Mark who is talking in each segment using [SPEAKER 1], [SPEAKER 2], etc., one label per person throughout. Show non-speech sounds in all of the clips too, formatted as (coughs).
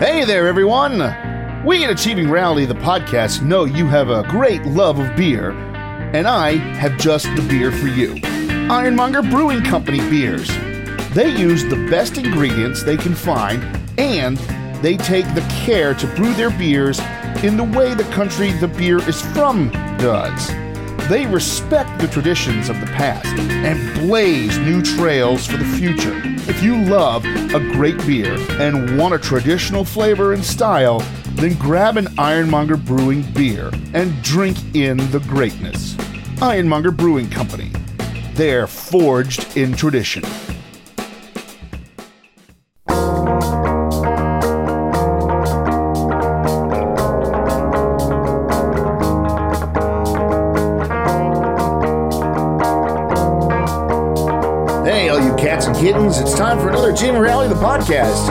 [SPEAKER 1] Hey there, everyone! We at Achieving Reality, the podcast, know you have a great love of beer, and I have just the beer for you Ironmonger Brewing Company beers. They use the best ingredients they can find, and they take the care to brew their beers in the way the country the beer is from does. They respect the traditions of the past and blaze new trails for the future. If you love a great beer and want a traditional flavor and style, then grab an Ironmonger Brewing beer and drink in the greatness. Ironmonger Brewing Company. They're forged in tradition. Hey, all you cats and kittens, it's time for another Jim Rally the podcast.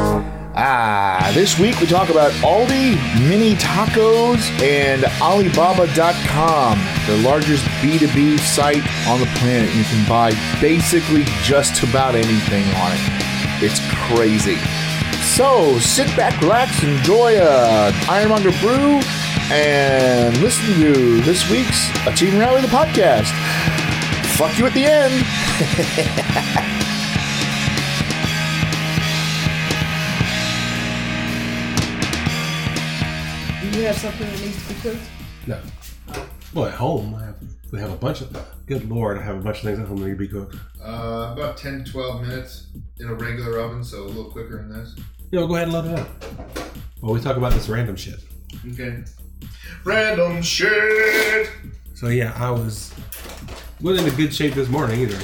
[SPEAKER 1] Ah, this week we talk about Aldi, mini tacos, and Alibaba.com, the largest B2B site on the planet. You can buy basically just about anything on it. It's crazy. So sit back, relax, enjoy a Ironmonger brew, and listen to this week's Achievement Rally the podcast. Fuck you at the end.
[SPEAKER 2] Do you have something that needs to be cooked?
[SPEAKER 3] No. Well, at home, I have, we have a bunch of. Good lord, I have a bunch of things at home that need to be cooked.
[SPEAKER 4] Uh, about 10 12 minutes in a regular oven, so a little quicker than this.
[SPEAKER 3] You know, go ahead and load it up. Well, we talk about this random shit.
[SPEAKER 4] Okay. Random shit!
[SPEAKER 3] So yeah, I was wasn't in good shape this morning either.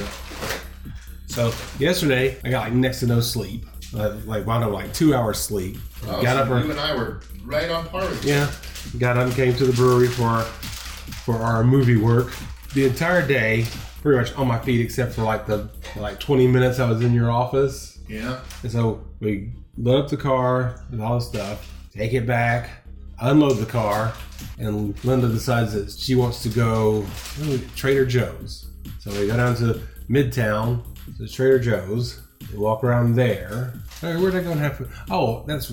[SPEAKER 3] So yesterday, I got like next to no sleep. I, like wound up like two hours sleep.
[SPEAKER 4] Oh,
[SPEAKER 3] got
[SPEAKER 4] so
[SPEAKER 3] up. ear-
[SPEAKER 4] you and I were right on par with
[SPEAKER 3] Yeah, got up and came to the brewery for for our movie work. The entire day, pretty much on my feet, except for like the like 20 minutes I was in your office.
[SPEAKER 4] Yeah.
[SPEAKER 3] And so we load up the car and all this stuff, take it back, unload the car, and Linda decides that she wants to go oh, Trader Joe's. So we go down to Midtown to Trader Joe's. We walk around there. Hey, where'd I go and have food? Oh, that's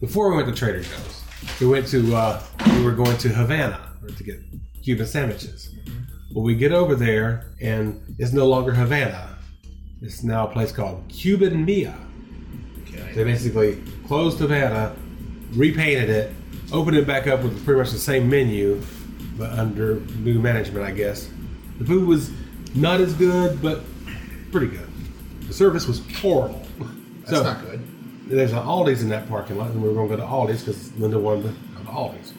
[SPEAKER 3] before we went to Trader Joe's. We went to uh, we were going to Havana to get Cuban sandwiches. Well, we get over there and it's no longer Havana. It's now a place called Cuban Mia.
[SPEAKER 4] Okay.
[SPEAKER 3] They basically closed Havana, repainted it, opened it back up with pretty much the same menu, but under new management, I guess. The food was not as good, but pretty good. The service was horrible.
[SPEAKER 4] That's not good.
[SPEAKER 3] There's an Aldi's in that parking lot, and we were going to go to Aldi's because Linda wanted to go to Aldi's.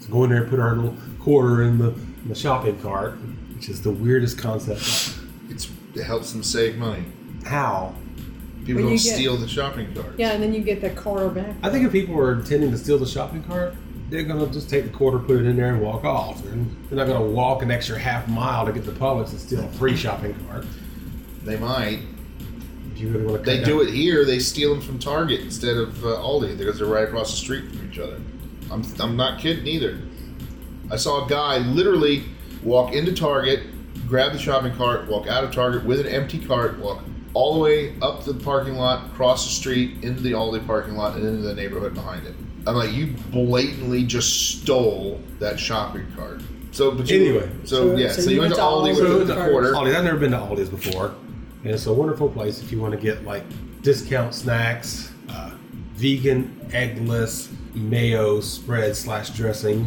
[SPEAKER 3] So go in there and put our little quarter in the, in the shopping cart, which is the weirdest concept.
[SPEAKER 4] It's, it helps them save money.
[SPEAKER 3] How?
[SPEAKER 4] People
[SPEAKER 2] When
[SPEAKER 4] don't
[SPEAKER 2] you get-
[SPEAKER 4] steal the shopping carts.
[SPEAKER 2] Yeah, and then you get the car back.
[SPEAKER 3] I think if people are intending to steal the shopping cart, they're gonna just take the quarter, put it in there, and walk off. They're, they're not gonna walk an extra half mile to get the Publix and steal a free shopping cart.
[SPEAKER 4] They might.
[SPEAKER 3] Do you really want to?
[SPEAKER 4] They do it here, they steal them from Target instead of uh, Aldi because they're right across the street from each other. I'm, I'm not kidding either. I saw a guy literally walk into Target, grab the shopping cart, walk out of Target with an empty cart, walk all the way up the parking lot, across the street, into the Aldi parking lot, and into the neighborhood behind it. I'm like, you blatantly just stole that shopping cart. So, but you,
[SPEAKER 3] Anyway.
[SPEAKER 4] so,
[SPEAKER 2] So-
[SPEAKER 4] yeah, so, you went to Aldi
[SPEAKER 2] Aldi
[SPEAKER 4] with
[SPEAKER 2] with
[SPEAKER 4] the
[SPEAKER 2] carts.
[SPEAKER 4] quarter.
[SPEAKER 3] Aldi's. I've never been to Aldi's before, and it's a wonderful place if you want to get like discount snacks, uh, vegan eggless mayo spread slash dressing,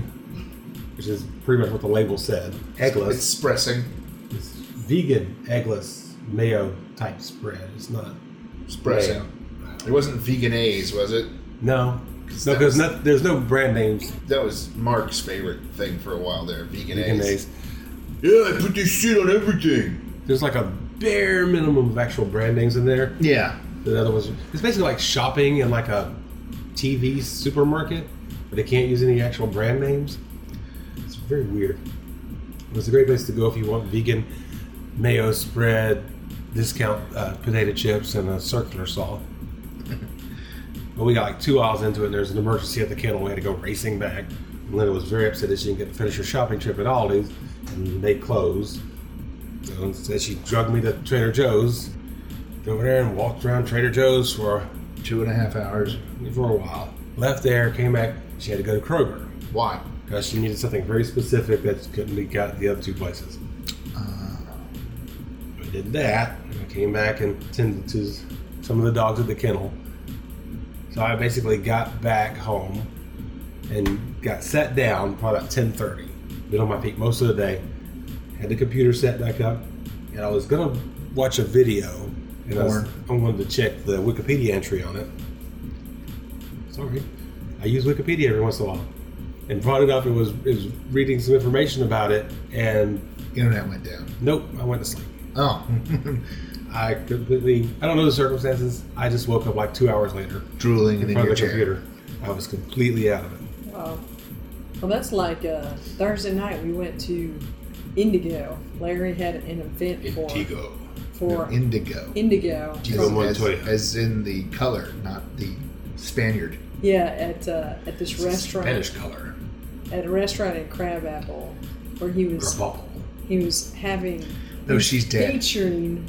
[SPEAKER 3] which is pretty much what the label said. Eggless.
[SPEAKER 4] It's pressing,
[SPEAKER 3] It's vegan eggless mayo type spread. It's not.
[SPEAKER 4] it's pressing. It wasn't vegan A's, was it?
[SPEAKER 3] No,
[SPEAKER 4] Because
[SPEAKER 3] no,
[SPEAKER 4] that was-
[SPEAKER 3] because not, there's no brand names.
[SPEAKER 4] That was Mark's favorite thing for a while there, vegan,
[SPEAKER 3] Vegan
[SPEAKER 4] eggs.
[SPEAKER 3] days.
[SPEAKER 4] Yeah, I put this shit on everything.
[SPEAKER 3] There's like a bare minimum of actual brand names in there.
[SPEAKER 4] Yeah.
[SPEAKER 3] The other ones, it's basically like shopping in like a TV supermarket, but they can't use any actual brand names. It's very weird. It's a great place to go if you want vegan mayo spread, discount uh, potato chips, and a circular saw. (laughs) But we got like two aisles into it, and there's an emergency at the kennel. We had to go racing back. And Linda was very upset that she didn't get to finish her shopping trip at Aldi's, and they closed. So instead, she drugged me to Trader Joe's. Drove over there and walked around Trader Joe's for
[SPEAKER 4] two and a half hours.
[SPEAKER 3] for a while. Left there, came back. She had to go to Kroger
[SPEAKER 4] Why?
[SPEAKER 3] because she needed something very specific that couldn't be got at the other two places. I did that. and I came back and tended to some of the dogs at the kennel. So I basically got back home and got sat down probably about 10:30. Been on my feet most of the day. Had the computer set back up, and I was gonna watch a video. And I, was,
[SPEAKER 4] Porn.
[SPEAKER 3] I wanted to check the Wikipedia entry on it. Sorry, I use Wikipedia every once in a while. And brought it up and was, was reading some information about it, and
[SPEAKER 4] Internet went down.
[SPEAKER 3] nope, I went to sleep.
[SPEAKER 4] Oh, (laughs)
[SPEAKER 3] I completely, I don't know the circumstances. I just woke up like two hours later
[SPEAKER 4] drooling
[SPEAKER 3] in
[SPEAKER 4] in
[SPEAKER 3] front
[SPEAKER 4] your
[SPEAKER 3] of the
[SPEAKER 4] chair.
[SPEAKER 3] computer. I was completely out of it.
[SPEAKER 2] Wow. Well, that's like uh, Thursday night. We went to Indigo. Larry had an event for
[SPEAKER 4] Indigo.
[SPEAKER 2] for
[SPEAKER 4] Indigo.
[SPEAKER 2] Indigo.
[SPEAKER 4] As-
[SPEAKER 2] from-
[SPEAKER 4] as,
[SPEAKER 3] Montoya.
[SPEAKER 4] as in the color, not the Spaniard.
[SPEAKER 2] yeah, at uh, at this restaurant
[SPEAKER 3] Spanish color.
[SPEAKER 2] at a restaurant in Crabapple, where he was
[SPEAKER 3] Grapple.
[SPEAKER 2] he was having
[SPEAKER 4] No, she's dead.
[SPEAKER 2] featuring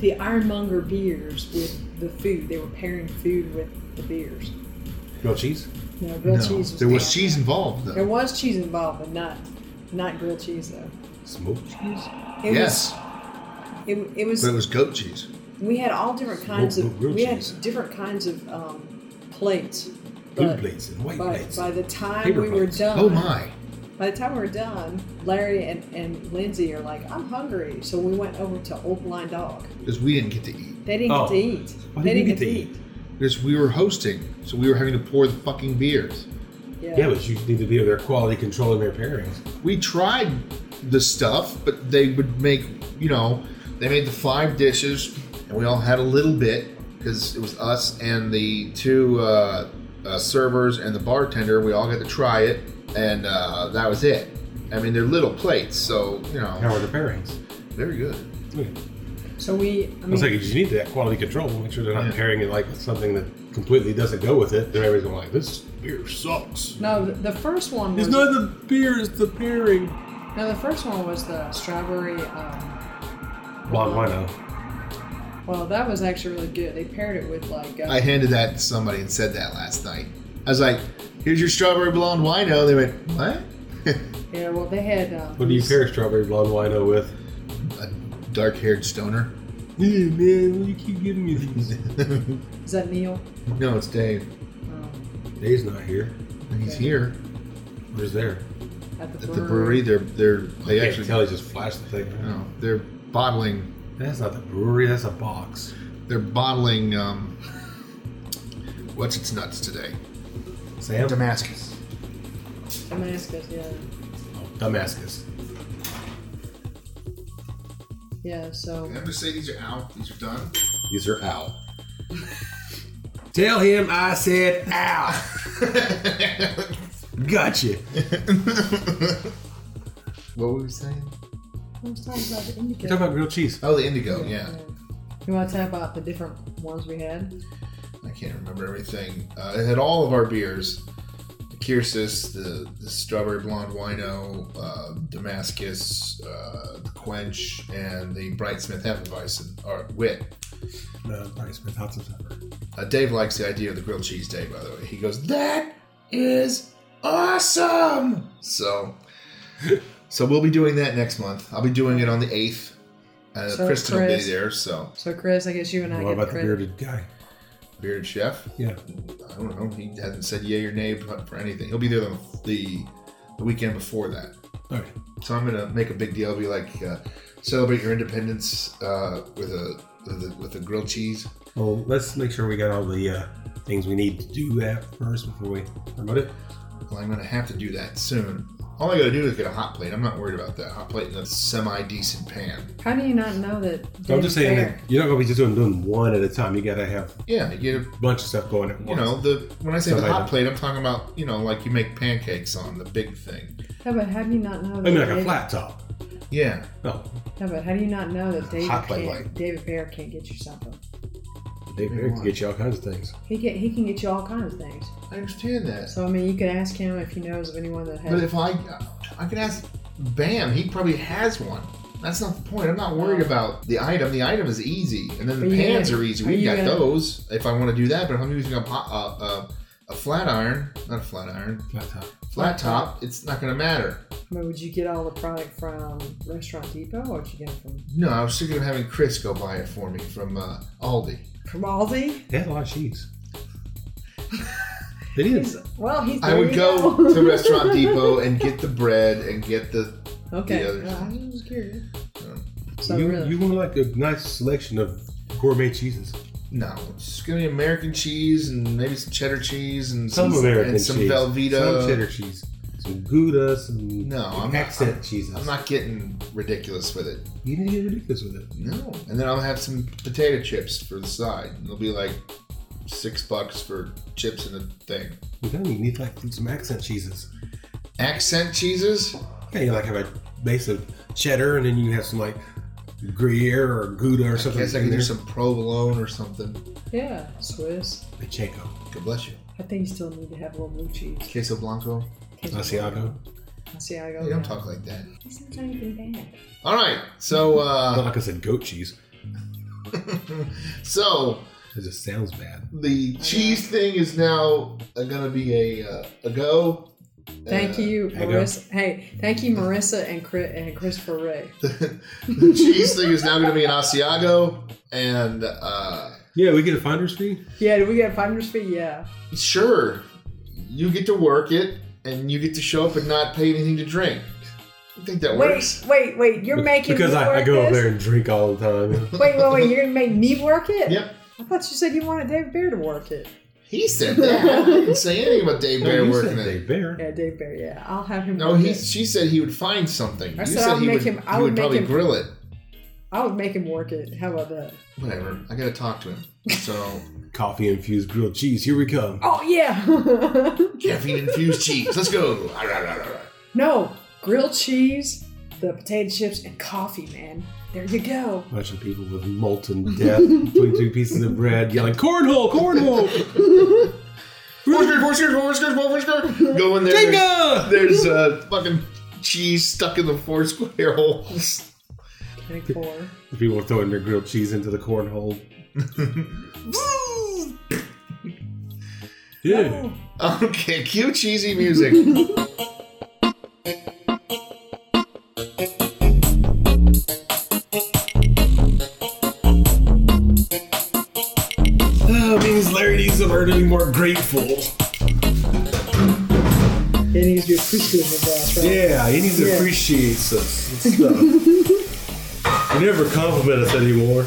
[SPEAKER 2] the Ironmonger beers with the food. They were pairing food with the beers.
[SPEAKER 3] Grilled cheese?
[SPEAKER 2] No, grilled
[SPEAKER 4] no,
[SPEAKER 2] cheese. Was
[SPEAKER 4] there was
[SPEAKER 2] not-
[SPEAKER 4] cheese involved
[SPEAKER 2] There
[SPEAKER 4] though.
[SPEAKER 2] was cheese involved, but not not grilled cheese though.
[SPEAKER 3] Smoked cheese?
[SPEAKER 2] It
[SPEAKER 4] yes,
[SPEAKER 2] Was, it, it was.
[SPEAKER 4] but it was goat cheese.
[SPEAKER 2] we had all different kinds
[SPEAKER 3] Blue-
[SPEAKER 2] of.
[SPEAKER 3] blue
[SPEAKER 2] We
[SPEAKER 3] cheese.
[SPEAKER 2] had different kinds of um, plates.
[SPEAKER 3] Blue
[SPEAKER 2] but
[SPEAKER 3] plates and white
[SPEAKER 2] By,
[SPEAKER 3] plates.
[SPEAKER 2] by the time
[SPEAKER 3] Paper
[SPEAKER 2] we
[SPEAKER 3] plates.
[SPEAKER 2] were done,
[SPEAKER 4] Oh my!
[SPEAKER 2] by the time we were done, Larry and, and Lindsay are like, "I'm hungry," so we went over to Old Blind Dog.
[SPEAKER 4] Because we didn't get to eat.
[SPEAKER 2] They didn't
[SPEAKER 3] Oh.
[SPEAKER 2] get to eat.
[SPEAKER 3] Why
[SPEAKER 2] they
[SPEAKER 3] didn't
[SPEAKER 2] didn't
[SPEAKER 3] we get to
[SPEAKER 4] Because we were hosting, so we were having to pour the fucking beers.
[SPEAKER 2] Yeah.
[SPEAKER 3] Yeah, but you need to be of their quality control and their pairings.
[SPEAKER 4] We tried the stuff, but they would make, you know, they made the five dishes, and we all had a little bit because it was us and the two uh, uh, servers and the bartender. We all got to try it, and uh, that was it. I mean, they're little plates, so you
[SPEAKER 3] How
[SPEAKER 4] know,
[SPEAKER 3] are the pairings?
[SPEAKER 4] very good.
[SPEAKER 3] Okay.
[SPEAKER 2] so we. I
[SPEAKER 3] I was
[SPEAKER 2] mean,
[SPEAKER 3] like, you need that quality control. Make sure they're not
[SPEAKER 4] Yeah.
[SPEAKER 3] pairing it like with something that completely doesn't go with it. Then everybody's going like, this beer sucks.
[SPEAKER 2] no, the, the first one was.
[SPEAKER 3] It's not the beer, it's the pairing.
[SPEAKER 2] no, the first one was the strawberry. Um,
[SPEAKER 3] Blonde wino.
[SPEAKER 2] Well, that was actually really good. They paired it with like. Uh,
[SPEAKER 4] I handed that to somebody and said that last night. I was like, "Here's your strawberry blonde wino." They went, "What?" (laughs)
[SPEAKER 2] yeah, well, they had. Um,
[SPEAKER 3] What do you pair strawberry blonde wino with?
[SPEAKER 4] A dark-haired stoner.
[SPEAKER 3] Yeah, man, you keep giving me these. (laughs)
[SPEAKER 2] Is that Neil?
[SPEAKER 4] No, it's Dave.
[SPEAKER 2] Um,
[SPEAKER 3] Dave's not here.
[SPEAKER 4] And he's
[SPEAKER 2] Okay.
[SPEAKER 4] here
[SPEAKER 3] Where's there?
[SPEAKER 2] at the
[SPEAKER 4] at the brewery.
[SPEAKER 2] brewery.
[SPEAKER 4] They're they're they
[SPEAKER 3] I
[SPEAKER 4] actually
[SPEAKER 3] actually tell he just flashed the thing.
[SPEAKER 4] No, they're bottling.
[SPEAKER 3] That's not the brewery. That's a box.
[SPEAKER 4] They're bottling. Um, what's its nuts today?
[SPEAKER 3] Sam.
[SPEAKER 4] Damascus.
[SPEAKER 2] Damascus, yeah.
[SPEAKER 3] Oh, Damascus.
[SPEAKER 2] Yeah, so.
[SPEAKER 4] I'm gonna say these are out. These are done.
[SPEAKER 3] These are out. (laughs) tell him I said out. gotcha.
[SPEAKER 4] (laughs) What were we saying?
[SPEAKER 2] I was talking about the
[SPEAKER 3] We're
[SPEAKER 2] indica.
[SPEAKER 3] talking about grilled cheese.
[SPEAKER 4] Oh, the indigo. Yeah,
[SPEAKER 2] You want to talk about the different ones we had?
[SPEAKER 4] I can't remember everything. Uh, it had all of our beers: the Kyrsis, the, the strawberry blonde wino, uh, Damascus, uh, the Quench, and the Brightsmith Hefeweizen or Wit.
[SPEAKER 3] No, probably Smith Hudson pepper.
[SPEAKER 4] Uh, Dave likes the idea of the grilled cheese day, by the way. He goes, "That is awesome!" So, so we'll be doing that next month. I'll be doing it on the eighth. Uh,
[SPEAKER 2] So,
[SPEAKER 4] Kristen will be
[SPEAKER 2] Chris-
[SPEAKER 4] there. So,
[SPEAKER 2] So, Chris, I guess you and I
[SPEAKER 3] What
[SPEAKER 2] get
[SPEAKER 3] about the
[SPEAKER 2] credit.
[SPEAKER 3] bearded guy?
[SPEAKER 4] bearded chef.
[SPEAKER 3] Yeah.
[SPEAKER 4] I don't know. He hasn't said yay or nay for for anything. He'll be there the the, the weekend before that.
[SPEAKER 3] All right.
[SPEAKER 4] So I'm gonna make a big deal. Be like, uh, celebrate your independence uh, with a with a, with a grilled cheese.
[SPEAKER 3] Well, let's make sure we got all the uh, things we need to do that first before we promote it.
[SPEAKER 4] Well, I'm gonna have to do that soon. All I gotta do is get a hot plate. I'm not worried about that. Hot plate in a semi decent pan.
[SPEAKER 2] How do you not know that? they
[SPEAKER 3] I'm just saying
[SPEAKER 2] pair?
[SPEAKER 3] that you're not gonna be just doing, doing one at a time. You gotta have
[SPEAKER 4] Yeah, you get a
[SPEAKER 3] a bunch of stuff going at once.
[SPEAKER 4] you know the when I say the
[SPEAKER 3] Somebody-
[SPEAKER 4] hot plate, I'm talking about you know like you make pancakes on the big thing.
[SPEAKER 2] Yeah, but how do you not know that?
[SPEAKER 3] I mean, like a
[SPEAKER 2] David-
[SPEAKER 3] flat top.
[SPEAKER 4] Yeah,
[SPEAKER 3] No,
[SPEAKER 2] Yeah, but how do you not know that David,
[SPEAKER 4] Hot plate
[SPEAKER 2] can't,
[SPEAKER 4] light.
[SPEAKER 2] David Bear can't get you something?
[SPEAKER 3] Dave Barry can get you all kinds of things.
[SPEAKER 2] He can, he can get you all kinds of things.
[SPEAKER 4] I understand that.
[SPEAKER 2] So, I mean, you could ask him if he knows of anyone that has.
[SPEAKER 4] But if I I could ask Bam, he probably has one. That's not the point. I'm not worried about the item. The item is easy, and then
[SPEAKER 2] Are
[SPEAKER 4] the
[SPEAKER 2] you
[SPEAKER 4] pans
[SPEAKER 2] gonna-
[SPEAKER 4] are easy.
[SPEAKER 2] are
[SPEAKER 4] We've
[SPEAKER 2] you
[SPEAKER 4] got
[SPEAKER 2] gonna-
[SPEAKER 4] those if I want to do that. But if I'm using a, pot, uh, uh, a flat iron, not a flat iron,
[SPEAKER 3] Flat top.
[SPEAKER 4] flat top, it's not going to matter.
[SPEAKER 2] I mean, would you get all the product from Restaurant Depot or would you get it from,
[SPEAKER 4] No, I was thinking of having Chris go buy it for me from uh, Aldi.
[SPEAKER 2] from Aldi?
[SPEAKER 3] They had a lot of cheese. they did.
[SPEAKER 2] He's- well, he's
[SPEAKER 4] I would
[SPEAKER 2] there
[SPEAKER 4] go
[SPEAKER 2] you
[SPEAKER 4] to Restaurant Depot and get the bread and get the.
[SPEAKER 2] okay.
[SPEAKER 4] the other
[SPEAKER 2] well, I was curious.
[SPEAKER 4] No.
[SPEAKER 2] So
[SPEAKER 3] you,
[SPEAKER 2] really,
[SPEAKER 3] you want like a nice selection of gourmet cheeses.
[SPEAKER 4] No, it's just gonna be American cheese and maybe some cheddar cheese and
[SPEAKER 3] Some
[SPEAKER 4] some
[SPEAKER 3] American
[SPEAKER 4] and some
[SPEAKER 3] cheese.
[SPEAKER 4] Velveeta.
[SPEAKER 3] Some cheddar cheese. Some Gouda. Some
[SPEAKER 4] No, I'm not-
[SPEAKER 3] accent cheeses.
[SPEAKER 4] I'm not getting ridiculous with it.
[SPEAKER 3] You need to get ridiculous with it.
[SPEAKER 4] No. And then I'll have some potato chips for the side. And it'll be like six bucks for chips and a thing.
[SPEAKER 3] You don't you need like some accent cheeses.
[SPEAKER 4] Accent cheeses?
[SPEAKER 3] Yeah, you like have a base of cheddar, and then you have some like Gruyere or Gouda or
[SPEAKER 4] I
[SPEAKER 3] something.
[SPEAKER 4] guess I
[SPEAKER 3] in
[SPEAKER 4] can do
[SPEAKER 3] there.
[SPEAKER 4] some provolone or something.
[SPEAKER 2] yeah, Swiss.
[SPEAKER 3] Pacheco,
[SPEAKER 4] God bless you.
[SPEAKER 2] I think you still need to have a little blue cheese.
[SPEAKER 4] Queso Blanco.
[SPEAKER 3] Asiago.
[SPEAKER 2] Asiago.
[SPEAKER 4] You don't talk like that.
[SPEAKER 5] This is not even bad.
[SPEAKER 4] All right. So,
[SPEAKER 3] Not
[SPEAKER 4] uh, (laughs)
[SPEAKER 3] like I said goat cheese.
[SPEAKER 4] so
[SPEAKER 3] It just sounds bad.
[SPEAKER 4] the cheese thing is now going to be a, uh, a go.
[SPEAKER 2] Thank
[SPEAKER 4] Uh,
[SPEAKER 2] you,
[SPEAKER 3] I go.
[SPEAKER 2] Marissa. Hey, thank you, Marissa and Chris and Christopher Ray.
[SPEAKER 4] The, the cheese thing is now going to be an Asiago. And, uh,
[SPEAKER 3] Yeah, we get a finder's fee.
[SPEAKER 2] Yeah, do we got finder's fee? Yeah.
[SPEAKER 4] Sure, you get to work it, and you get to show up and not pay anything to drink. You think that
[SPEAKER 2] Wait,
[SPEAKER 4] works?
[SPEAKER 2] wait, wait! You're
[SPEAKER 3] Be-
[SPEAKER 2] making
[SPEAKER 3] because
[SPEAKER 2] me
[SPEAKER 3] I,
[SPEAKER 2] work
[SPEAKER 3] I go up
[SPEAKER 2] this?
[SPEAKER 3] there and drink all the (laughs) time.
[SPEAKER 2] Wait, wait, wait! You're gonna make me work it?
[SPEAKER 4] Yep,
[SPEAKER 2] I thought you said you wanted Dave Bear to work it.
[SPEAKER 4] he said that. I didn't say anything about Dave Bear
[SPEAKER 3] you said
[SPEAKER 4] working
[SPEAKER 3] Dave
[SPEAKER 4] it.
[SPEAKER 3] Bear.
[SPEAKER 2] Yeah, Dave Bear. Yeah, I'll have him.
[SPEAKER 4] No,
[SPEAKER 2] work
[SPEAKER 4] he.
[SPEAKER 2] it.
[SPEAKER 4] She said he would find something.
[SPEAKER 2] I
[SPEAKER 4] you
[SPEAKER 2] said
[SPEAKER 4] said
[SPEAKER 2] I'll
[SPEAKER 4] he
[SPEAKER 2] make
[SPEAKER 4] would.
[SPEAKER 2] him- I
[SPEAKER 4] he
[SPEAKER 2] would
[SPEAKER 4] would
[SPEAKER 2] make
[SPEAKER 4] probably
[SPEAKER 2] him-
[SPEAKER 4] grill it.
[SPEAKER 2] I would make him work it. How about that?
[SPEAKER 4] Whatever. I gotta talk to him. So
[SPEAKER 3] Coffee infused grilled cheese. Here we come.
[SPEAKER 2] Oh (laughs) yeah.
[SPEAKER 4] caffeine infused cheese. Let's go. Ah, rah, rah, rah, rah.
[SPEAKER 2] no, grilled cheese, the potato chips, and coffee, man. There you go.
[SPEAKER 3] bunch of people with molten
[SPEAKER 2] (laughs)
[SPEAKER 3] death between two pieces of bread yelling cornhole cornhole (laughs)
[SPEAKER 4] Four skirt, four skirt, four skirt, four skirt. Go in there. There's,
[SPEAKER 3] Jenga!
[SPEAKER 4] there's uh, fucking cheese stuck in the four square holes.
[SPEAKER 2] Make four.
[SPEAKER 3] The people throwing their grilled cheese into the (laughs) cornhole
[SPEAKER 2] Oh.
[SPEAKER 3] yeah
[SPEAKER 4] Okay, cue cheesy music.
[SPEAKER 3] oh, means Larry needs to learn to be more grateful
[SPEAKER 2] It needs to be appreciative of that, right?
[SPEAKER 3] yeah he needs to
[SPEAKER 2] Yeah.
[SPEAKER 3] appreciate some, some stuff you never compliment us anymore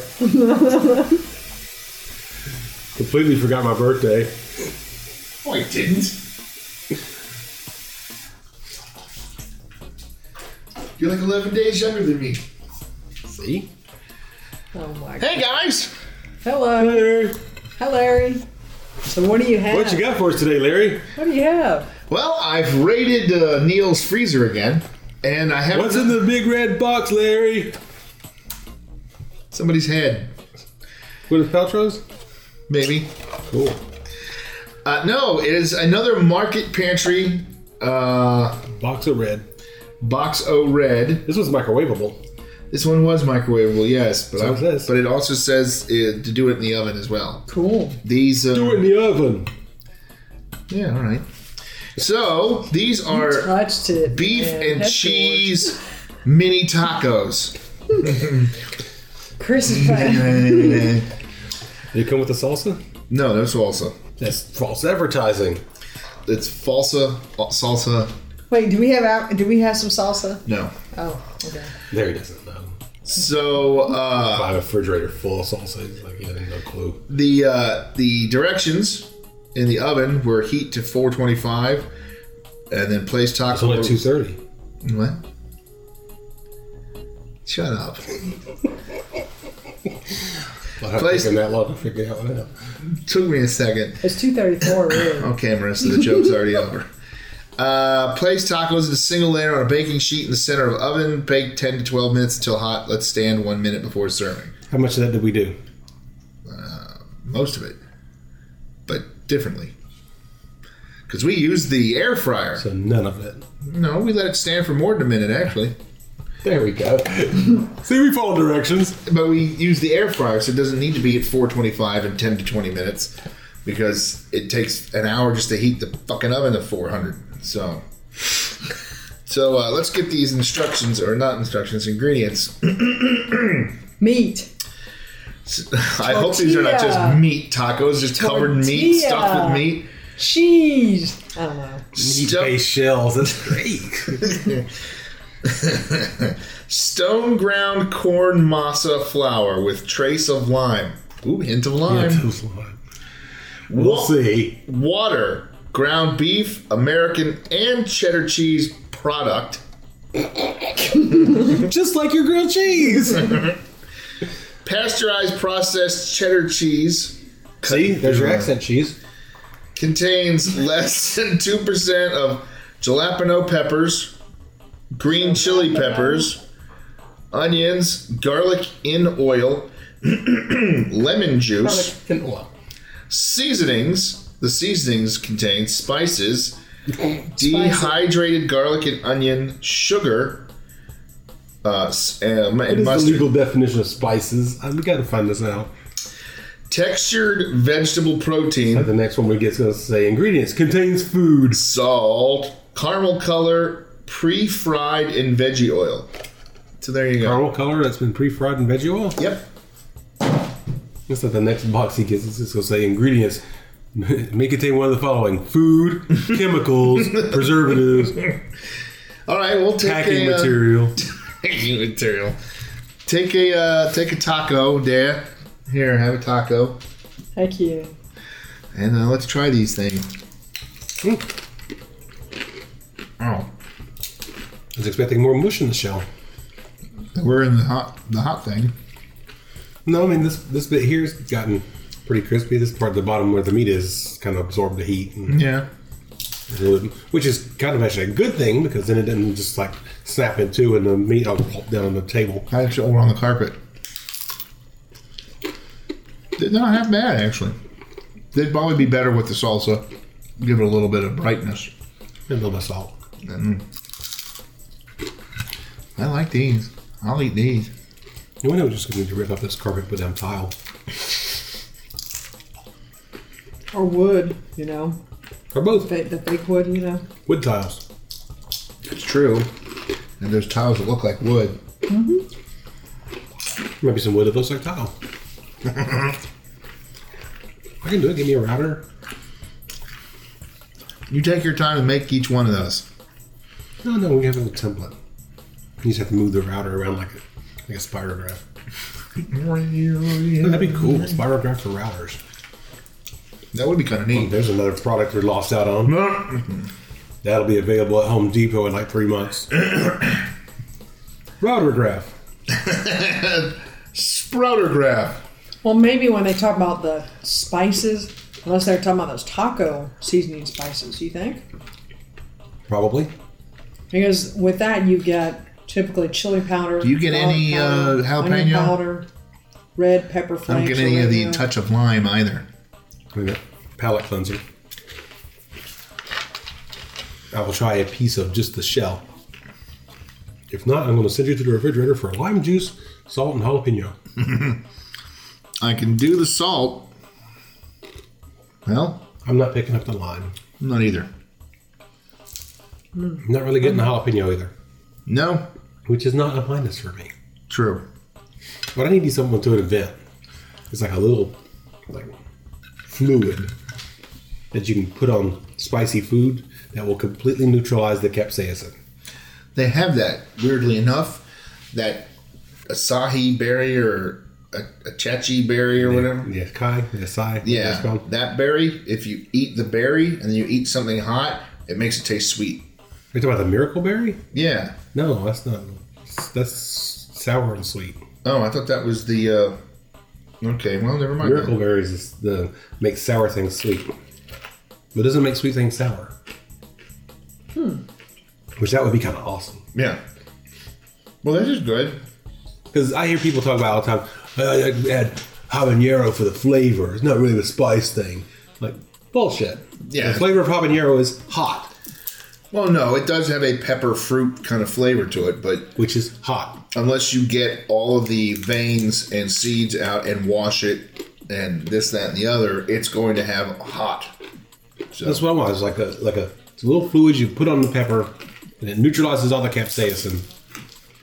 [SPEAKER 3] completely forgot my birthday
[SPEAKER 4] oh, I didn't. You're like 11 days younger than me.
[SPEAKER 3] see
[SPEAKER 2] Oh my god.
[SPEAKER 4] Hey guys!
[SPEAKER 2] Hello.
[SPEAKER 3] Larry,
[SPEAKER 2] Hi, Larry. So what do you have?
[SPEAKER 3] what you got for us today Larry
[SPEAKER 2] What do you have?
[SPEAKER 4] Well, I've raided uh, Neil's freezer again, and I haven't.
[SPEAKER 3] what's in the big red box Larry
[SPEAKER 4] Somebody's head,
[SPEAKER 3] Gwyneth Paltrow's?
[SPEAKER 4] maybe.
[SPEAKER 3] Cool.
[SPEAKER 4] Uh, no, it is another market pantry uh,
[SPEAKER 3] Box of red.
[SPEAKER 4] box O red.
[SPEAKER 3] This was microwavable.
[SPEAKER 4] This one was microwavable, yes, but
[SPEAKER 3] So
[SPEAKER 4] I,
[SPEAKER 3] it says.
[SPEAKER 4] but it also says uh, to do it in the oven as well.
[SPEAKER 2] Cool.
[SPEAKER 4] These uh,
[SPEAKER 3] Do it in the oven.
[SPEAKER 4] Yeah, all right. So these are
[SPEAKER 2] Touched it.
[SPEAKER 4] beef
[SPEAKER 2] man.
[SPEAKER 4] and
[SPEAKER 2] That's
[SPEAKER 4] cheese mini
[SPEAKER 3] (laughs)
[SPEAKER 4] tacos.
[SPEAKER 2] yours. Chris is
[SPEAKER 4] (laughs)
[SPEAKER 3] Did
[SPEAKER 2] fine.
[SPEAKER 3] it come with the salsa?
[SPEAKER 4] no, that's salsa.
[SPEAKER 3] That's false advertising.
[SPEAKER 4] It's falsa salsa.
[SPEAKER 2] Wait, do we have out? Do we have some salsa?
[SPEAKER 4] No.
[SPEAKER 2] Oh, okay.
[SPEAKER 3] Larry doesn't know.
[SPEAKER 4] So uh,
[SPEAKER 3] I have a refrigerator full of salsa. He's like, yeah, no clue.
[SPEAKER 4] the uh, the directions in the oven were heat to 425, and then place
[SPEAKER 3] It's
[SPEAKER 4] taco.
[SPEAKER 3] only 2.30.
[SPEAKER 4] What? Shut up. (laughs)
[SPEAKER 3] Well, I'm
[SPEAKER 4] Place-
[SPEAKER 3] taking that long to figure out what I know.
[SPEAKER 4] Took me a second.
[SPEAKER 2] It's two thirty-four, really.
[SPEAKER 4] Okay, Marissa, the joke's already over. Uh, place tacos in a single layer on a baking sheet in the center of oven. Bake 10 to 12 minutes until hot. Let's stand one minute before serving.
[SPEAKER 3] How much of that did we do?
[SPEAKER 4] Most of it, but differently. Because we used the air fryer.
[SPEAKER 3] So none of it.
[SPEAKER 4] No, we let it stand for more than a minute, actually.
[SPEAKER 5] There we go.
[SPEAKER 3] (laughs) See, we follow directions.
[SPEAKER 4] But we use the air fryer, so it doesn't need to be at 425 and 10 to 20 minutes because it takes an hour just to heat the fucking oven to 400. So, so uh, let's get these instructions or not instructions, ingredients. (laughs)
[SPEAKER 2] Meat.
[SPEAKER 4] I hope these are not just
[SPEAKER 2] Tortilla.
[SPEAKER 4] meat tacos, just covered in meat, stuffed with
[SPEAKER 2] Tortilla.
[SPEAKER 4] meat.
[SPEAKER 2] Cheese. I don't know.
[SPEAKER 4] Stuff,
[SPEAKER 3] Base shells. That's (laughs) great.
[SPEAKER 4] (laughs) stone ground corn masa flour with trace of lime. Ooh, hint of lime.
[SPEAKER 3] we'll
[SPEAKER 4] Wa-
[SPEAKER 3] see.
[SPEAKER 4] water, ground beef, American and cheddar cheese product,
[SPEAKER 3] Just like your grilled cheese.
[SPEAKER 4] pasteurized processed cheddar cheese
[SPEAKER 5] See, there's your accent cheese.
[SPEAKER 4] contains less (laughs) than 2% of jalapeno peppers, green chili peppers, onions, garlic in oil, (clears throat) lemon juice,
[SPEAKER 5] In oil.
[SPEAKER 4] seasonings. The seasonings contain spices, dehydrated garlic and onion, sugar, uh, s- um,
[SPEAKER 3] What
[SPEAKER 4] and
[SPEAKER 3] is the
[SPEAKER 4] mustard.
[SPEAKER 3] legal definition of spices? i we got to find this out.
[SPEAKER 4] Textured vegetable
[SPEAKER 3] But
[SPEAKER 4] protein,
[SPEAKER 3] the next one we get is going to say ingredients contains food.
[SPEAKER 4] salt, caramel color, pre-fried in veggie oil. So there you go.
[SPEAKER 3] Caramel color that's been pre-fried in veggie oil.
[SPEAKER 4] Yep.
[SPEAKER 3] That's not the next box he gets. It's just going to say ingredients (laughs) may contain one of the following: food, (laughs) chemicals, preservatives,
[SPEAKER 4] All right, we'll take
[SPEAKER 3] packing
[SPEAKER 4] a uh,
[SPEAKER 3] material.
[SPEAKER 4] (laughs) packing material. Take a uh, take a taco, Dad. Here, have a taco,
[SPEAKER 2] Heck yeah.
[SPEAKER 4] and uh, let's try these things.
[SPEAKER 3] Mm.
[SPEAKER 4] Oh,
[SPEAKER 3] I was expecting more mush in the shell.
[SPEAKER 4] we're in the hot the hot thing.
[SPEAKER 3] No, I mean this this bit here's gotten pretty crispy. This part, the bottom where the meat is, kind of absorbed the heat, and,
[SPEAKER 4] Yeah.
[SPEAKER 3] which is kind of actually a good thing because then it didn't just like snap in two and the meat all plopped down on the table.
[SPEAKER 4] I actually or on the carpet. They're not half bad actually. They'd probably be better with the salsa. Give it a little bit of brightness.
[SPEAKER 3] And a little bit of salt.
[SPEAKER 4] I like these. I'll eat these.
[SPEAKER 3] You know, we're just going to rip off this carpet, put down tile.
[SPEAKER 2] Or wood, you know.
[SPEAKER 3] Or both.
[SPEAKER 2] Fa- The fake wood, you know.
[SPEAKER 3] Wood tiles.
[SPEAKER 4] It's true. And there's tiles that look like wood.
[SPEAKER 3] Maybe some wood that looks like
[SPEAKER 4] (laughs)
[SPEAKER 3] tile. I can do it. Give me a router.
[SPEAKER 4] You take your time to make each one of those.
[SPEAKER 3] No, no, we have a little template. You just have to move the router around like a, like a spirograph.
[SPEAKER 4] That
[SPEAKER 3] That'd be cool. Spirograph for routers.
[SPEAKER 4] would be kind of neat. (laughs)
[SPEAKER 3] There's another product we lost out on. That'll be available at Home Depot in like three months. router graph.
[SPEAKER 4] Sprouter graph.
[SPEAKER 2] Well, maybe when they talk about the spices, unless they're talking about those taco seasoning spices, you think?
[SPEAKER 3] Probably.
[SPEAKER 2] Because with that, you've got typically chili powder.
[SPEAKER 4] Do you get
[SPEAKER 2] garlic
[SPEAKER 4] any,
[SPEAKER 2] powder,
[SPEAKER 4] uh,
[SPEAKER 2] onion
[SPEAKER 4] jalapeno?
[SPEAKER 2] powder, red pepper
[SPEAKER 4] I
[SPEAKER 2] flakes?
[SPEAKER 4] don't get any of the
[SPEAKER 2] oregano.
[SPEAKER 4] touch of lime either.
[SPEAKER 3] Wait a minute. Palate cleanser. I will try a piece of just the shell. If not, I'm going to send you to the refrigerator for lime juice, salt, and jalapeno.
[SPEAKER 4] I can do the salt. Well,
[SPEAKER 3] I'm not picking up the lime.
[SPEAKER 4] not either.
[SPEAKER 3] I'm not really getting the jalapeno either,
[SPEAKER 4] No.
[SPEAKER 3] which is not a minus for me.
[SPEAKER 4] True.
[SPEAKER 3] But I need to be someone to an event. It's like a little like fluid that you can put on spicy food that will completely neutralize the capsaicin.
[SPEAKER 4] They have that, weirdly enough, that Asahi berry or a- Achachi berry or whatever.
[SPEAKER 3] The acai, the acai. whatever it's
[SPEAKER 4] Yeah,
[SPEAKER 3] called.
[SPEAKER 4] that berry. If you eat the berry and then you eat something hot, it makes it taste sweet.
[SPEAKER 3] Are you talking about the miracle berry?
[SPEAKER 4] Yeah.
[SPEAKER 3] No, that's not. That's sour and sweet.
[SPEAKER 4] Oh, I thought that was the. Uh, okay, well, never mind.
[SPEAKER 3] Miracle berries is the makes sour things sweet, but it doesn't make sweet things sour. Hmm. Which that would be kind of awesome.
[SPEAKER 4] Yeah. Well, this is good.
[SPEAKER 3] Because I hear people talk about all the time, "Oh, I add habanero for the flavor. It's not really the spice thing. Like, bullshit.
[SPEAKER 4] Yeah.
[SPEAKER 3] The flavor of habanero is hot.
[SPEAKER 4] Well, no, it does have a pepper fruit kind of flavor to it, but
[SPEAKER 3] which is hot.
[SPEAKER 4] unless you get all of the veins and seeds out and wash it and this, that, and the other, it's going to have hot. So
[SPEAKER 3] That's what I want. It's like a like a, it's a little fluid you put on the pepper, and it neutralizes all the capsaicin.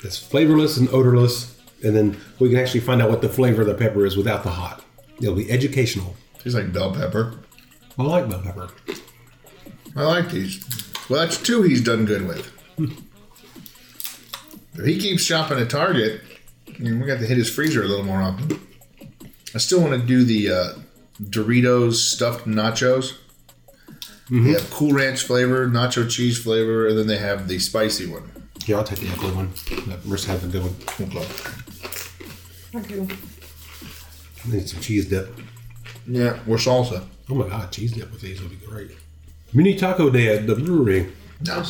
[SPEAKER 3] It's flavorless and odorless, and then we can actually find out what the flavor of the pepper is without the hot. It'll be educational.
[SPEAKER 4] tastes like bell pepper.
[SPEAKER 3] I like bell pepper.
[SPEAKER 4] I like these. Well, that's two he's done good with. If he keeps shopping at Target, I mean, we're going to have to hit his freezer a little more often. I still want to do the uh, Doritos stuffed nachos. They have Cool Ranch flavor, nacho cheese flavor, and then they have the spicy one.
[SPEAKER 3] Here, I'll take the ugly one. Let Marissa have the good one.
[SPEAKER 2] Okay.
[SPEAKER 3] I need some cheese dip.
[SPEAKER 4] Yeah, or salsa.
[SPEAKER 3] Oh my god, cheese dip with these would be great. Mini taco day at the brewery,
[SPEAKER 4] No,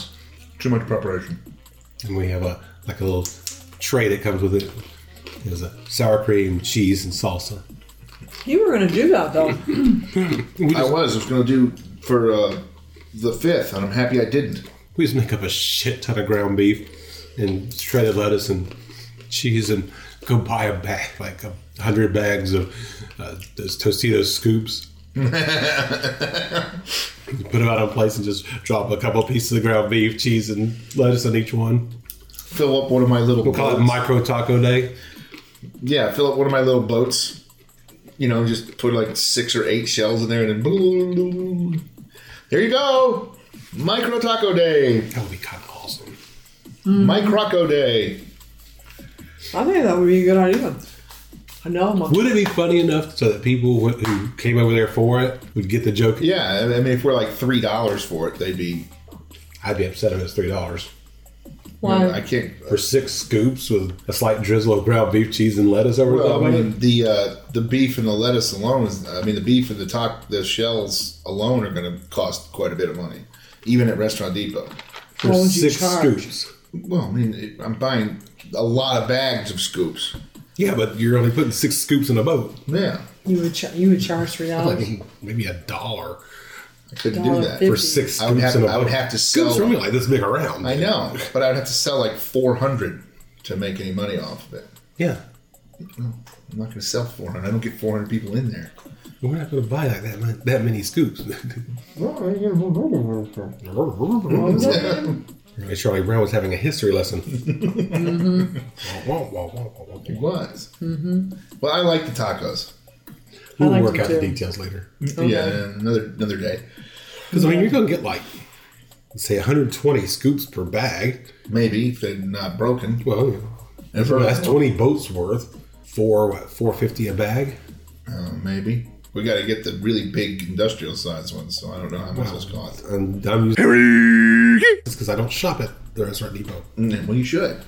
[SPEAKER 4] too much preparation.
[SPEAKER 3] and we have a like a little tray that comes with it. There's a sour cream, cheese, and salsa.
[SPEAKER 2] You were gonna do that though.
[SPEAKER 4] I was. I was going to do for uh, the fifth, and I'm happy I didn't.
[SPEAKER 3] We just make up a shit ton of ground beef and shredded lettuce and cheese and go buy a bag, like a hundred bags of uh, those Tostitos scoops. You put them out on plates and just drop a couple pieces of ground beef, cheese, and lettuce on each one.
[SPEAKER 4] Fill up one of my little.
[SPEAKER 3] We'll call it
[SPEAKER 4] boats.
[SPEAKER 3] micro taco day.
[SPEAKER 4] Yeah, fill up one of my little boats. You know, just put like six or eight shells in there, and then boom, boom. there you go. Micro Taco Day,
[SPEAKER 3] That would be kind of awesome.
[SPEAKER 4] Mm. Microco Day.
[SPEAKER 2] I think that would be a good idea. I know my
[SPEAKER 3] Would it be funny enough so that people who- who came over there for it would get the joke?
[SPEAKER 4] Yeah, I mean, if we're like three dollars for it, they'd be.
[SPEAKER 3] I'd be upset if it was three dollars
[SPEAKER 4] I
[SPEAKER 2] why
[SPEAKER 4] can't.
[SPEAKER 3] for six scoops with a slight drizzle of ground beef cheese and lettuce over
[SPEAKER 4] Well,
[SPEAKER 3] top
[SPEAKER 4] I
[SPEAKER 3] of it.
[SPEAKER 4] mean, the uh, the beef and the lettuce alone is. I mean, the beef and the top the shells alone are going to cost quite a bit of money, even at Restaurant Depot.
[SPEAKER 3] for
[SPEAKER 2] What would you
[SPEAKER 3] six
[SPEAKER 2] charge?
[SPEAKER 3] scoops.
[SPEAKER 4] Well, I mean, it, I'm buying a lot of bags of scoops.
[SPEAKER 3] Yeah, but you're only putting six scoops in a boat.
[SPEAKER 4] Yeah,
[SPEAKER 2] you would cha- you would charge three
[SPEAKER 3] I
[SPEAKER 2] dollars.
[SPEAKER 3] mean, maybe a dollar
[SPEAKER 4] I couldn't do
[SPEAKER 2] Dollar
[SPEAKER 4] that.
[SPEAKER 2] fifty.
[SPEAKER 3] for six.
[SPEAKER 4] I would have
[SPEAKER 3] scoops in
[SPEAKER 4] to,
[SPEAKER 3] a
[SPEAKER 4] I would
[SPEAKER 3] boat.
[SPEAKER 4] have to sell.
[SPEAKER 3] Scoops are only like this big around.
[SPEAKER 4] I know, but I'd have to sell like 400 to make any money off of it.
[SPEAKER 3] Yeah,
[SPEAKER 4] I'm not going to sell 400. I don't get 400 people in there.
[SPEAKER 3] we're not going to buy like that mon- that many
[SPEAKER 2] (laughs)
[SPEAKER 3] scoops. Hey, Charlie Brown was having a history lesson.
[SPEAKER 2] Mm-hmm.
[SPEAKER 3] Wah, wah, wah, wah, wah,
[SPEAKER 4] (laughs) It
[SPEAKER 3] wah.
[SPEAKER 4] was. Mm-hmm. Well, I like the tacos.
[SPEAKER 3] We'll
[SPEAKER 2] like
[SPEAKER 3] work
[SPEAKER 2] them
[SPEAKER 3] out the
[SPEAKER 2] too.
[SPEAKER 3] details later.
[SPEAKER 4] Yeah, another another day.
[SPEAKER 3] Because I mean, you're going to get like say 120 scoops per bag.
[SPEAKER 4] Maybe if they're not broken.
[SPEAKER 3] Well, you
[SPEAKER 4] And
[SPEAKER 3] know,
[SPEAKER 4] for
[SPEAKER 3] that's 20 boats worth for what 450 a bag.
[SPEAKER 4] Uh, maybe. We got to get the really big industrial size ones, so I don't know how much those cost.
[SPEAKER 3] And I'm using this because I don't shop at the restaurant depot.
[SPEAKER 4] Mm, Well, you should.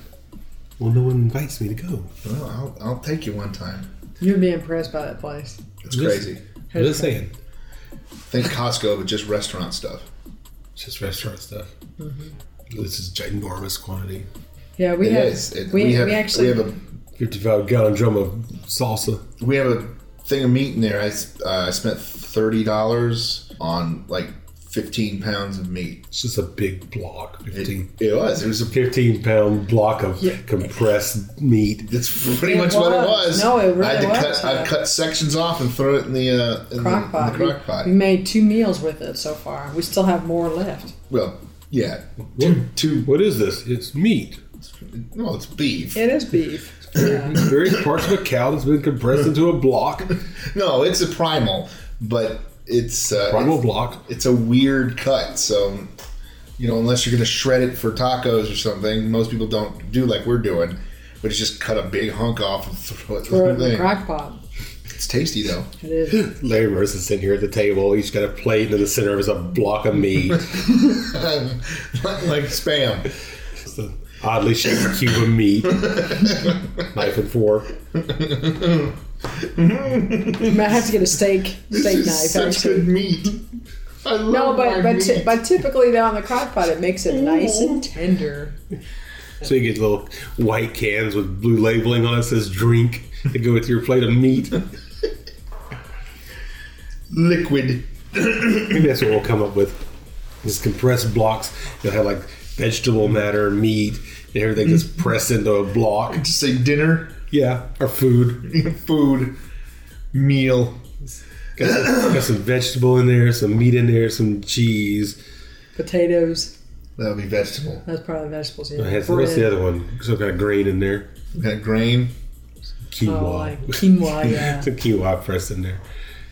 [SPEAKER 3] Well, no one invites me to go.
[SPEAKER 4] Well, I'll, I'll take you one time.
[SPEAKER 2] You'd be impressed by that place.
[SPEAKER 4] It's crazy.
[SPEAKER 3] I'm just saying,
[SPEAKER 4] Think Costco, but just restaurant stuff.
[SPEAKER 3] it's just restaurant stuff. This is ginormous quantity.
[SPEAKER 2] Yeah, we
[SPEAKER 4] It
[SPEAKER 2] have,
[SPEAKER 4] is. It-
[SPEAKER 2] we, we,
[SPEAKER 4] have,
[SPEAKER 2] actually
[SPEAKER 4] we have a
[SPEAKER 3] 55 gallon drum of salsa.
[SPEAKER 4] we have a thing of meat in there. I, s- uh, I spent thirty dollars on like fifteen pounds of meat.
[SPEAKER 3] It's just a big block.
[SPEAKER 4] It,
[SPEAKER 3] 15,
[SPEAKER 4] it was. It was a.
[SPEAKER 3] 15 pound block of
[SPEAKER 2] Yeah.
[SPEAKER 3] compressed meat.
[SPEAKER 4] That's pretty
[SPEAKER 2] It
[SPEAKER 4] much what it
[SPEAKER 2] was.
[SPEAKER 4] was.
[SPEAKER 2] No, it really
[SPEAKER 4] I had to
[SPEAKER 2] was,
[SPEAKER 4] cut. I
[SPEAKER 2] yeah.
[SPEAKER 4] cut sections off and throw it in the uh, in, the,
[SPEAKER 2] crock
[SPEAKER 4] in
[SPEAKER 2] pot.
[SPEAKER 4] the crock pot.
[SPEAKER 2] We, we made two meals with it so far. We still have more left.
[SPEAKER 4] Well, yeah. Two. two
[SPEAKER 3] What is this? It's meat.
[SPEAKER 4] well, it's beef.
[SPEAKER 2] It is beef. Yeah.
[SPEAKER 3] Various parts of a cow that's been compressed into a block,
[SPEAKER 4] No, it's a primal, but it's uh,
[SPEAKER 3] primal
[SPEAKER 4] it's,
[SPEAKER 3] block.
[SPEAKER 4] it's a weird cut. So, you know, unless you're going to shred it for tacos or something, most people don't do like we're doing, which is just cut a big hunk off and throw it
[SPEAKER 2] Throw it
[SPEAKER 4] through
[SPEAKER 2] in
[SPEAKER 4] the
[SPEAKER 2] the
[SPEAKER 4] thing.
[SPEAKER 2] crock pot.
[SPEAKER 4] It's tasty though. (laughs)
[SPEAKER 2] It is.
[SPEAKER 3] Larry Marissa's sitting here at the table. He's got a plate, and in the center of it's a block of meat.
[SPEAKER 4] like spam.
[SPEAKER 3] It's an oddly shaped cube of meat, knife and fork.
[SPEAKER 2] We might have to get a steak steak knife.
[SPEAKER 4] such
[SPEAKER 2] Actually.
[SPEAKER 4] good meat. I love
[SPEAKER 2] No, but
[SPEAKER 4] my
[SPEAKER 2] but,
[SPEAKER 4] meat.
[SPEAKER 2] ti- but typically down the crock pot, it makes it nice and tender.
[SPEAKER 3] So you get little white cans with blue labeling on it says drink to go with your plate of meat.
[SPEAKER 4] liquid.
[SPEAKER 3] Maybe that's what we'll come up with. Just compressed blocks. You'll have like vegetable matter, meat, and everything just pressed into a block.
[SPEAKER 4] Just say dinner, (laughs)
[SPEAKER 3] Yeah, or food.
[SPEAKER 4] food, meal.
[SPEAKER 3] Got some, got some vegetable in there, some meat in there, some cheese.
[SPEAKER 2] Potatoes.
[SPEAKER 4] That would be vegetable.
[SPEAKER 2] That's probably vegetables. Yeah.
[SPEAKER 3] I had- What's the
[SPEAKER 2] Bread.
[SPEAKER 3] other one? Some kind of grain in there.
[SPEAKER 4] Got grain. (laughs)
[SPEAKER 3] Quinoa. (laughs)
[SPEAKER 2] Oh, like quinoa. Yeah.
[SPEAKER 3] some quinoa pressed in there.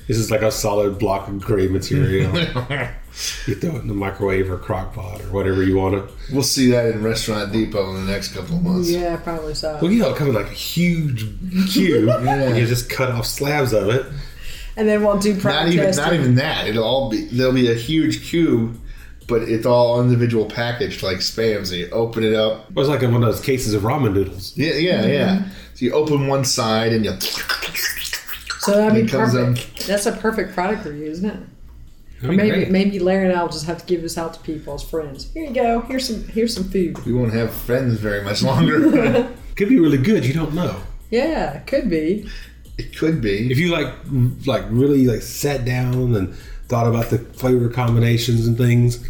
[SPEAKER 3] This is like a solid block of gray material.
[SPEAKER 4] (laughs)
[SPEAKER 3] you throw it in the microwave or crock pot or whatever you want to.
[SPEAKER 4] We'll see that in Restaurant Depot in the next couple of months.
[SPEAKER 2] yeah, probably so.
[SPEAKER 3] Well, you know, it comes in like a huge cube. And you just cut off slabs of it.
[SPEAKER 2] And then we'll do
[SPEAKER 4] Not
[SPEAKER 2] prime
[SPEAKER 4] even,
[SPEAKER 2] testing.
[SPEAKER 4] not even that. It'll all be. There'll be a huge cube, but it's all individual packaged like spam. So you open it up,
[SPEAKER 3] It was like in one of those cases of ramen noodles.
[SPEAKER 4] Yeah, yeah,
[SPEAKER 2] Mm-hmm.
[SPEAKER 4] yeah. So you open one side and you.
[SPEAKER 2] so that'd
[SPEAKER 4] It
[SPEAKER 2] be
[SPEAKER 4] comes in-
[SPEAKER 2] perfect. That's a perfect product review, isn't it?
[SPEAKER 3] That'd
[SPEAKER 2] Or
[SPEAKER 3] be
[SPEAKER 2] maybe
[SPEAKER 3] great.
[SPEAKER 2] maybe Larry and I will just have to give this out to people as friends. Here you go. Here's some here's some food.
[SPEAKER 4] We won't have friends very much longer.
[SPEAKER 2] (laughs)
[SPEAKER 3] Could be really good. You don't know.
[SPEAKER 2] Yeah, could be.
[SPEAKER 4] it could be.
[SPEAKER 3] If you like, like really like sat down and thought about the flavor combinations and things,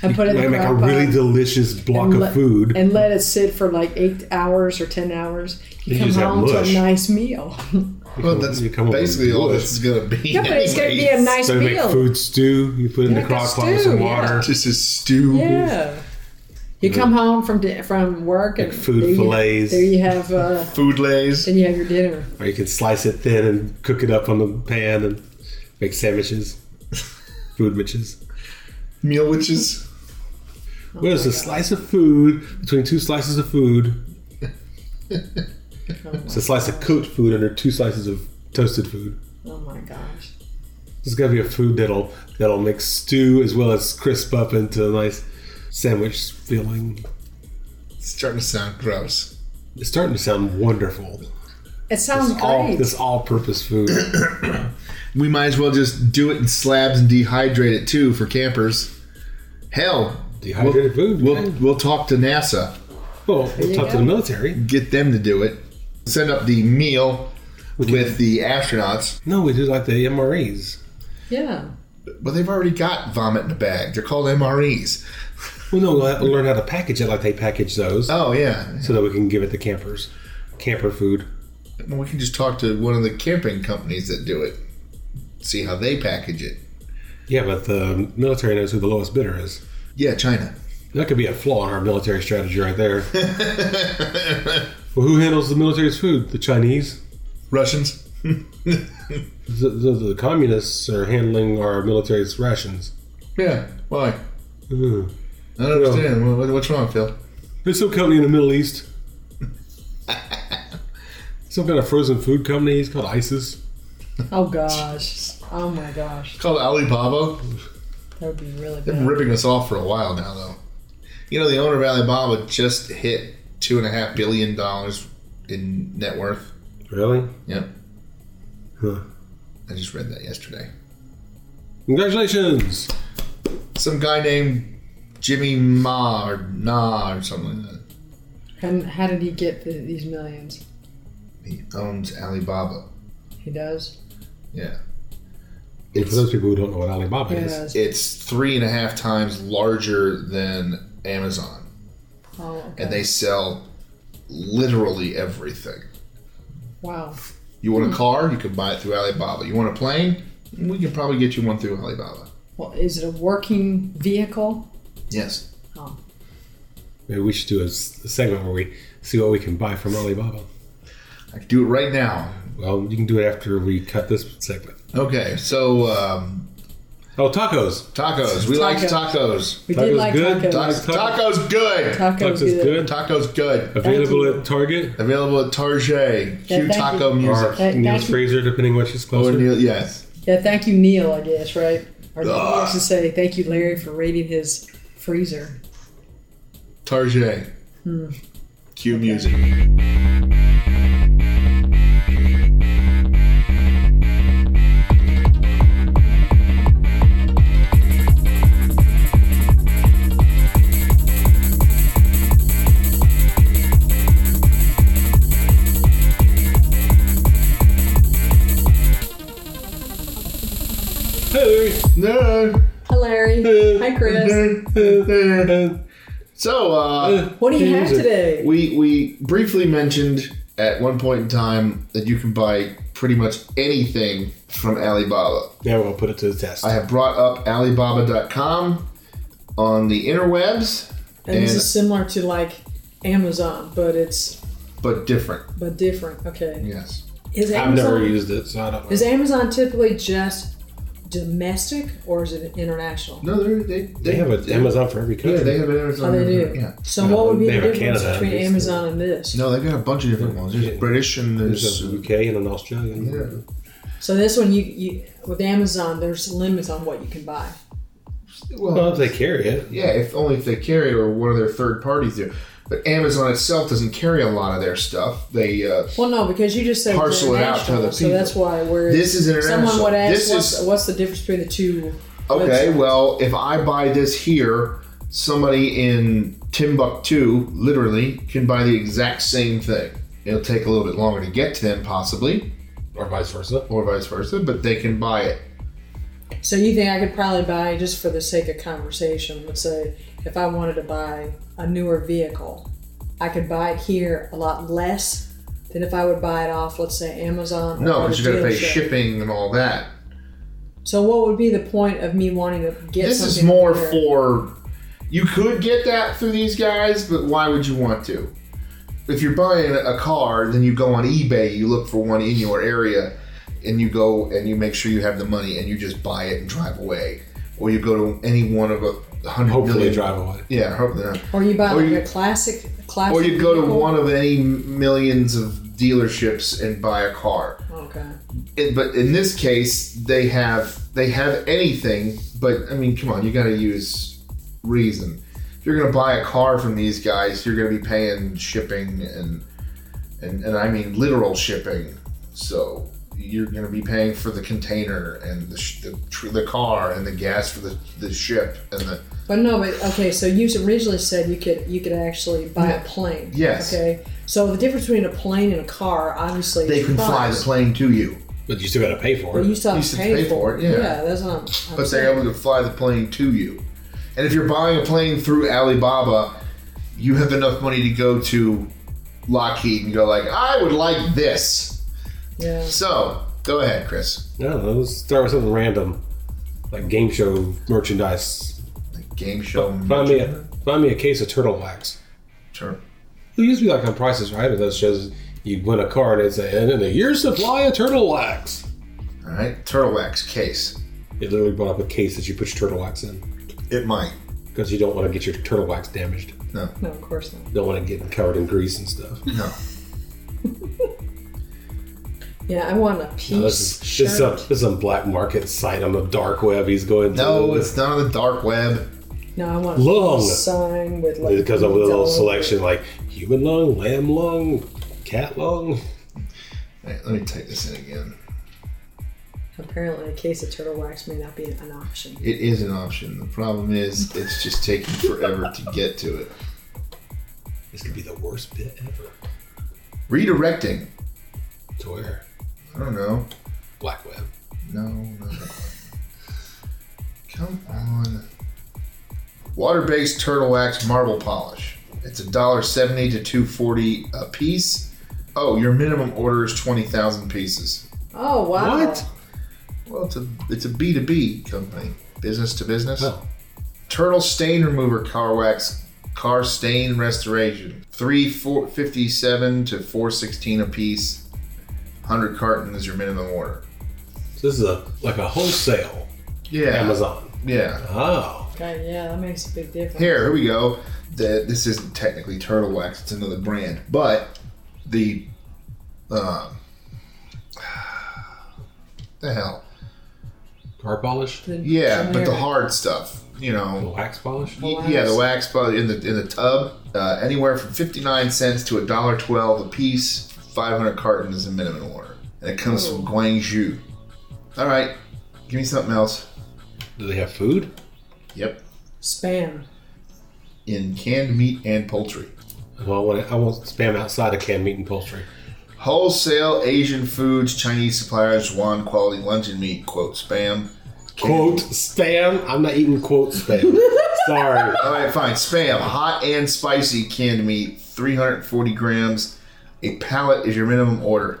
[SPEAKER 2] And put it
[SPEAKER 3] you
[SPEAKER 2] in
[SPEAKER 3] might
[SPEAKER 2] the
[SPEAKER 3] make a
[SPEAKER 2] crock pot
[SPEAKER 3] really delicious block
[SPEAKER 2] and
[SPEAKER 3] of
[SPEAKER 2] let-
[SPEAKER 3] food.
[SPEAKER 2] and let it sit for like eight hours or ten hours. You
[SPEAKER 3] You
[SPEAKER 2] come
[SPEAKER 3] just have
[SPEAKER 2] home to a
[SPEAKER 3] mush.
[SPEAKER 2] nice meal. (laughs)
[SPEAKER 4] Well, that's
[SPEAKER 3] You come up with
[SPEAKER 4] basically all
[SPEAKER 3] mush.
[SPEAKER 4] this is gonna be.
[SPEAKER 2] yeah, but it's gonna be a
[SPEAKER 4] anyways.
[SPEAKER 2] nice
[SPEAKER 3] So you make
[SPEAKER 2] meal.
[SPEAKER 3] food stew. You put it in
[SPEAKER 2] Yeah,
[SPEAKER 3] the crock
[SPEAKER 2] like a
[SPEAKER 3] pot with some
[SPEAKER 2] stew,
[SPEAKER 3] water.
[SPEAKER 4] Just a stew.
[SPEAKER 2] Yeah. You come home from di- from work and
[SPEAKER 3] Like food
[SPEAKER 2] there you-
[SPEAKER 3] fillets.
[SPEAKER 2] there you have uh,
[SPEAKER 4] Food lays.
[SPEAKER 2] then you have your dinner.
[SPEAKER 3] Or you can slice it thin and cook it up on the pan and make
[SPEAKER 2] (laughs)
[SPEAKER 3] sandwiches, food
[SPEAKER 2] Oh
[SPEAKER 3] mitches.
[SPEAKER 4] Meal witches.
[SPEAKER 3] Well, it's a slice of food between two slices of food. it's a slice of cooked food under two slices of toasted food.
[SPEAKER 2] Oh my gosh.
[SPEAKER 3] There's got to be a food that'll that'll mix stew as well as crisp up into a nice sandwich feeling.
[SPEAKER 4] It's starting to sound gross.
[SPEAKER 3] It's starting to sound wonderful.
[SPEAKER 2] It sounds great.
[SPEAKER 3] All this all-purpose food.
[SPEAKER 4] We might as well just do it in slabs and dehydrate it too for campers. Hell,
[SPEAKER 3] Dehydrated
[SPEAKER 4] we'll,
[SPEAKER 3] food,
[SPEAKER 4] We'll
[SPEAKER 3] man.
[SPEAKER 4] we'll talk to NASA.
[SPEAKER 3] Well, we'll
[SPEAKER 2] you
[SPEAKER 3] talk
[SPEAKER 2] go.
[SPEAKER 3] to the military.
[SPEAKER 4] Get them to do it. Send up the meal with the astronauts.
[SPEAKER 3] No, we do like the MREs.
[SPEAKER 2] yeah.
[SPEAKER 4] Well, they've already got vomit in a bag. They're called MREs.
[SPEAKER 3] Well, no, we'll have to learn how to package it like they package those.
[SPEAKER 4] Oh yeah.
[SPEAKER 3] so that we can give it to campers. Camper food.
[SPEAKER 4] Well, we can just talk to one of the camping companies that do it. See how they package it.
[SPEAKER 3] Yeah, but the military knows who the lowest bidder is.
[SPEAKER 4] Yeah, China.
[SPEAKER 3] That could be a flaw in our military strategy right there. well, who handles the military's food? The Chinese?
[SPEAKER 4] Russians. (laughs)
[SPEAKER 3] The, the, the communists are handling our military's rations.
[SPEAKER 4] Yeah. Why?
[SPEAKER 3] Mm.
[SPEAKER 4] I don't understand. What- What's wrong, Phil?
[SPEAKER 3] There's some company in the Middle East. some kind of frozen food company. It's called ISIS.
[SPEAKER 2] Oh gosh. Oh my gosh.
[SPEAKER 4] It's called Alibaba.
[SPEAKER 2] That would be really
[SPEAKER 4] They've been
[SPEAKER 2] bad.
[SPEAKER 4] ripping us off for a while now, though. You know, the owner of Alibaba just hit two and a half billion dollars in net worth.
[SPEAKER 3] Really?
[SPEAKER 4] Yep.
[SPEAKER 3] Huh.
[SPEAKER 4] I just read that yesterday.
[SPEAKER 3] Congratulations!
[SPEAKER 4] Some guy named Jimmy Ma or Na or something like that.
[SPEAKER 2] And how did he get the, these millions?
[SPEAKER 4] He owns Alibaba.
[SPEAKER 2] He does.
[SPEAKER 4] Yeah.
[SPEAKER 3] And for those people who don't know what Alibaba
[SPEAKER 2] He
[SPEAKER 3] is,
[SPEAKER 2] does.
[SPEAKER 4] it's three and a half times larger than Amazon,
[SPEAKER 2] Oh, okay.
[SPEAKER 4] and they sell literally everything.
[SPEAKER 2] wow.
[SPEAKER 4] You want a car? You can buy it through Alibaba. You want a plane? We can probably get you one through Alibaba.
[SPEAKER 2] Well, is it a working vehicle?
[SPEAKER 4] Yes.
[SPEAKER 3] maybe we should do a, s- a segment where we see what we can buy from Alibaba.
[SPEAKER 4] I can do it right now.
[SPEAKER 3] Well, you can do it after we cut this segment.
[SPEAKER 4] Okay, so um,
[SPEAKER 3] Oh, tacos.
[SPEAKER 4] tacos. We like tacos.
[SPEAKER 2] We
[SPEAKER 3] Tacos
[SPEAKER 2] did like
[SPEAKER 3] good?
[SPEAKER 2] tacos.
[SPEAKER 4] Tac- tacos good.
[SPEAKER 2] Tacos,
[SPEAKER 3] Tacos
[SPEAKER 2] good.
[SPEAKER 3] good.
[SPEAKER 4] Tacos good.
[SPEAKER 3] Available
[SPEAKER 2] Thank you.
[SPEAKER 3] at Target
[SPEAKER 4] Available at Target.
[SPEAKER 2] Yeah,
[SPEAKER 4] Cue
[SPEAKER 2] thank
[SPEAKER 4] taco
[SPEAKER 2] you.
[SPEAKER 3] or
[SPEAKER 4] music.
[SPEAKER 2] Thank-
[SPEAKER 3] Neil's
[SPEAKER 2] thank you.
[SPEAKER 3] Fraser, depending which is
[SPEAKER 4] Oh,
[SPEAKER 3] closer.
[SPEAKER 4] Neil, yes.
[SPEAKER 2] Yeah, thank you, Neil. I guess right. Or Neil
[SPEAKER 4] Ugh.
[SPEAKER 2] wants to say thank you, Larry, for raiding his freezer.
[SPEAKER 4] Target.
[SPEAKER 2] Hmm.
[SPEAKER 4] Cue music.
[SPEAKER 3] Hey,
[SPEAKER 4] No.
[SPEAKER 2] Hi, Larry. Hi, Chris.
[SPEAKER 4] So, uh,
[SPEAKER 2] What do you have today?
[SPEAKER 4] we we briefly mentioned at one point in time that you can buy pretty much anything from Alibaba.
[SPEAKER 3] Yeah, we'll put it to the test.
[SPEAKER 4] I have brought up Alibaba.com on the interwebs,
[SPEAKER 2] And this
[SPEAKER 4] and-
[SPEAKER 2] is similar to like Amazon, but it's
[SPEAKER 4] but different.
[SPEAKER 2] but different. Okay.
[SPEAKER 4] Yes.
[SPEAKER 2] Is
[SPEAKER 3] I've
[SPEAKER 2] Amazon
[SPEAKER 3] never used it, so I don't know.
[SPEAKER 2] is Amazon typically just domestic or is it international?
[SPEAKER 4] No, they're- they they
[SPEAKER 3] they have an Amazon for every
[SPEAKER 4] Yeah,
[SPEAKER 3] country.
[SPEAKER 4] they have an Amazon.
[SPEAKER 2] Oh, they do.
[SPEAKER 4] Yeah.
[SPEAKER 2] So
[SPEAKER 3] No,
[SPEAKER 2] what would be
[SPEAKER 3] they
[SPEAKER 2] the
[SPEAKER 3] have a
[SPEAKER 2] difference
[SPEAKER 3] Canada,
[SPEAKER 2] between
[SPEAKER 3] basically.
[SPEAKER 2] Amazon and this?
[SPEAKER 4] No, they've got a bunch of different ones. There's
[SPEAKER 3] Yeah.
[SPEAKER 4] British and
[SPEAKER 3] There's
[SPEAKER 4] there's
[SPEAKER 3] a UK and an Australian.
[SPEAKER 4] Yeah.
[SPEAKER 2] So this one, you, you with Amazon, there's limits on what you can buy.
[SPEAKER 3] Well, if they carry it,
[SPEAKER 4] Yeah, if only if they carry or one of their third parties do. But Amazon itself doesn't carry a lot of their stuff. They uh,
[SPEAKER 2] Well, no, because you just said it's
[SPEAKER 4] Parcel it out to
[SPEAKER 2] international,
[SPEAKER 4] other
[SPEAKER 2] So that's
[SPEAKER 4] people.
[SPEAKER 2] why we're
[SPEAKER 4] This is
[SPEAKER 2] Someone
[SPEAKER 4] international.
[SPEAKER 2] would ask,
[SPEAKER 4] This
[SPEAKER 2] what's,
[SPEAKER 4] is-
[SPEAKER 2] what's the difference between the two?
[SPEAKER 4] okay,
[SPEAKER 2] websites?
[SPEAKER 4] well, if I buy this here, somebody in Timbuktu literally can buy the exact same thing. It'll take a little bit longer to get to them, possibly,
[SPEAKER 3] or vice versa.
[SPEAKER 4] or vice versa, but they can buy it.
[SPEAKER 2] So you think I could probably buy just for the sake of conversation? Let's say if I wanted to buy a newer vehicle, I could buy it here a lot less than if I would buy it off, let's say Amazon. or
[SPEAKER 4] No,
[SPEAKER 2] at
[SPEAKER 4] because
[SPEAKER 2] a
[SPEAKER 4] you got to pay
[SPEAKER 2] dealership.
[SPEAKER 4] shipping and all that.
[SPEAKER 2] So what would be the point of me wanting to get
[SPEAKER 4] This is
[SPEAKER 2] something
[SPEAKER 4] more
[SPEAKER 2] here?
[SPEAKER 4] for you could get that through these guys, but why would you want to? If you're buying a car, then you go on eBay, you look for one in your area, and you go and you make sure you have the money and you just buy it and drive away. Or you go to any one of a hundred
[SPEAKER 3] Hopefully,
[SPEAKER 4] million-
[SPEAKER 3] drive away.
[SPEAKER 4] Yeah, hopefully not.
[SPEAKER 2] Or you buy
[SPEAKER 4] Or
[SPEAKER 2] like
[SPEAKER 4] you-
[SPEAKER 2] a classic, classic.
[SPEAKER 4] Or you go to
[SPEAKER 2] vehicle?
[SPEAKER 4] one of any millions of dealerships and buy a car.
[SPEAKER 2] Okay.
[SPEAKER 4] it, but in this case, they have they have anything. But I mean, come on, you got to use reason. If you're going to buy a car from these guys, you're going to be paying shipping and and and I mean literal shipping. So you're going to be paying for the container and the sh- the, tr- the car and the gas for the, the ship and the
[SPEAKER 2] But no, but okay. So you originally said you could you could actually buy a plane.
[SPEAKER 4] Yes.
[SPEAKER 2] Okay. So the difference between a plane and a car, obviously,
[SPEAKER 4] they
[SPEAKER 2] is
[SPEAKER 4] can fly the
[SPEAKER 2] price,
[SPEAKER 4] plane to you,
[SPEAKER 3] But you still got to pay for
[SPEAKER 2] But
[SPEAKER 3] it.
[SPEAKER 2] you still have
[SPEAKER 4] You
[SPEAKER 2] to
[SPEAKER 4] still
[SPEAKER 2] pay for it. Yeah. that's what I'm. I'm
[SPEAKER 4] but they're
[SPEAKER 2] saying.
[SPEAKER 4] able to fly the plane to you. And if you're buying a plane through Alibaba, you have enough money to go to Lockheed and go like, I would like this.
[SPEAKER 2] Yeah.
[SPEAKER 4] So go ahead, Chris.
[SPEAKER 3] I don't know. Let's start with something random, like game show merchandise.
[SPEAKER 4] Game show.
[SPEAKER 3] Find me a find me a case of turtle wax.
[SPEAKER 4] Sure.
[SPEAKER 3] It used to be like on prices right at those shows. You'd win a card and it'd say, and in a year's supply of turtle wax.
[SPEAKER 4] All right. Turtle wax case.
[SPEAKER 3] It literally brought up a case that you put your turtle wax in
[SPEAKER 4] It might.
[SPEAKER 3] because you don't want to get your turtle wax damaged.
[SPEAKER 2] No, of course not.
[SPEAKER 3] You don't want to get covered in grease and stuff.
[SPEAKER 4] No.
[SPEAKER 2] Yeah, I want a piece.
[SPEAKER 3] No, this is this is some this is some black market site on the dark web. He's going.
[SPEAKER 4] No,
[SPEAKER 3] to,
[SPEAKER 4] it's not on the dark web.
[SPEAKER 2] no, I want
[SPEAKER 3] Long.
[SPEAKER 2] a sign with like
[SPEAKER 3] because of the little
[SPEAKER 2] meat all over it.
[SPEAKER 3] selection like human lung, lamb lung, cat lung.
[SPEAKER 4] All right, let me type this in again.
[SPEAKER 2] Apparently, a case of turtle wax may not be an option.
[SPEAKER 4] It is an option. The problem is, it's just taking forever to get to it.
[SPEAKER 3] This could be the worst bit ever.
[SPEAKER 4] Redirecting.
[SPEAKER 3] To where?
[SPEAKER 4] I don't know.
[SPEAKER 3] Black web.
[SPEAKER 4] No, no, no. Come on. Water-based turtle wax marble polish. It's a dollar seventy to two forty a piece. Oh, your minimum order is twenty thousand pieces.
[SPEAKER 2] Oh wow!
[SPEAKER 3] What?
[SPEAKER 4] Well, it's a it's a B two B company, business to business.
[SPEAKER 3] Oh.
[SPEAKER 4] Turtle stain remover car wax, car stain restoration. Three four fifty seven to four sixteen a piece. Hundred carton is your minimum order.
[SPEAKER 3] So this is a like a wholesale
[SPEAKER 4] Yeah,
[SPEAKER 3] Amazon.
[SPEAKER 4] Yeah.
[SPEAKER 3] Oh.
[SPEAKER 2] Okay, yeah, that makes a big difference.
[SPEAKER 4] Here, here we go. The, this isn't technically Turtle Wax; it's another brand, but the um, (sighs) the hell,
[SPEAKER 3] Car polish?
[SPEAKER 2] The
[SPEAKER 4] yeah. But the
[SPEAKER 2] generic-
[SPEAKER 4] hard stuff, you
[SPEAKER 3] The
[SPEAKER 4] know,
[SPEAKER 3] wax polish?
[SPEAKER 4] y- yeah, the wax but in the in the tub, uh, anywhere from fifty nine cents to a dollar twelve a piece. Five hundred carton is a minimum order, and it comes from Guangzhou. All right, give me something else.
[SPEAKER 3] Do they have food?
[SPEAKER 4] Yep,
[SPEAKER 2] spam.
[SPEAKER 4] in canned meat and poultry.
[SPEAKER 3] Well, I want I want spam outside of canned meat and poultry.
[SPEAKER 4] Wholesale Asian foods, Chinese suppliers, one quality luncheon meat, quote, spam,
[SPEAKER 3] quote spam. I'm not eating quote (laughs) spam. Sorry.
[SPEAKER 4] All right, fine. Spam, hot and spicy canned meat, 340 grams. A pallet is your minimum order.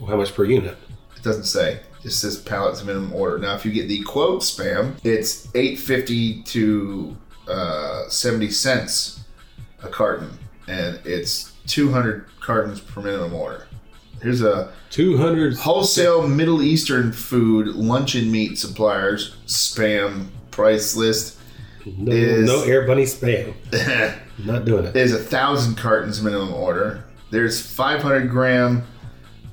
[SPEAKER 3] Well, how much per unit?
[SPEAKER 4] It doesn't say. It says pallet's minimum order. Now, if you get the quote spam, it's 850 to uh, 70 cents a carton, and it's 200 cartons per minimum order. Here's a
[SPEAKER 3] 200.
[SPEAKER 4] wholesale Middle Eastern food luncheon meat suppliers spam price list
[SPEAKER 3] No,
[SPEAKER 4] is-
[SPEAKER 3] no air bunny spam. Not doing it.
[SPEAKER 4] There's a thousand cartons minimum order. There's 500 gram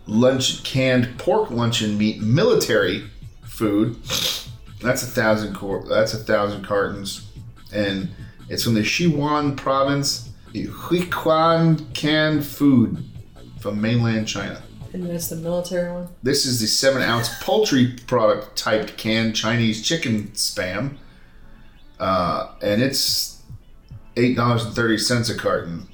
[SPEAKER 4] lunch canned pork luncheon meat military food. That's a thousand cor- That's a thousand cartons, and it's from the Sichuan province. the Huiquan canned food from mainland China.
[SPEAKER 2] And that's the military one.
[SPEAKER 4] This is the seven ounce poultry product typed canned Chinese chicken spam, uh, and it's eight dollars and thirty cents a carton.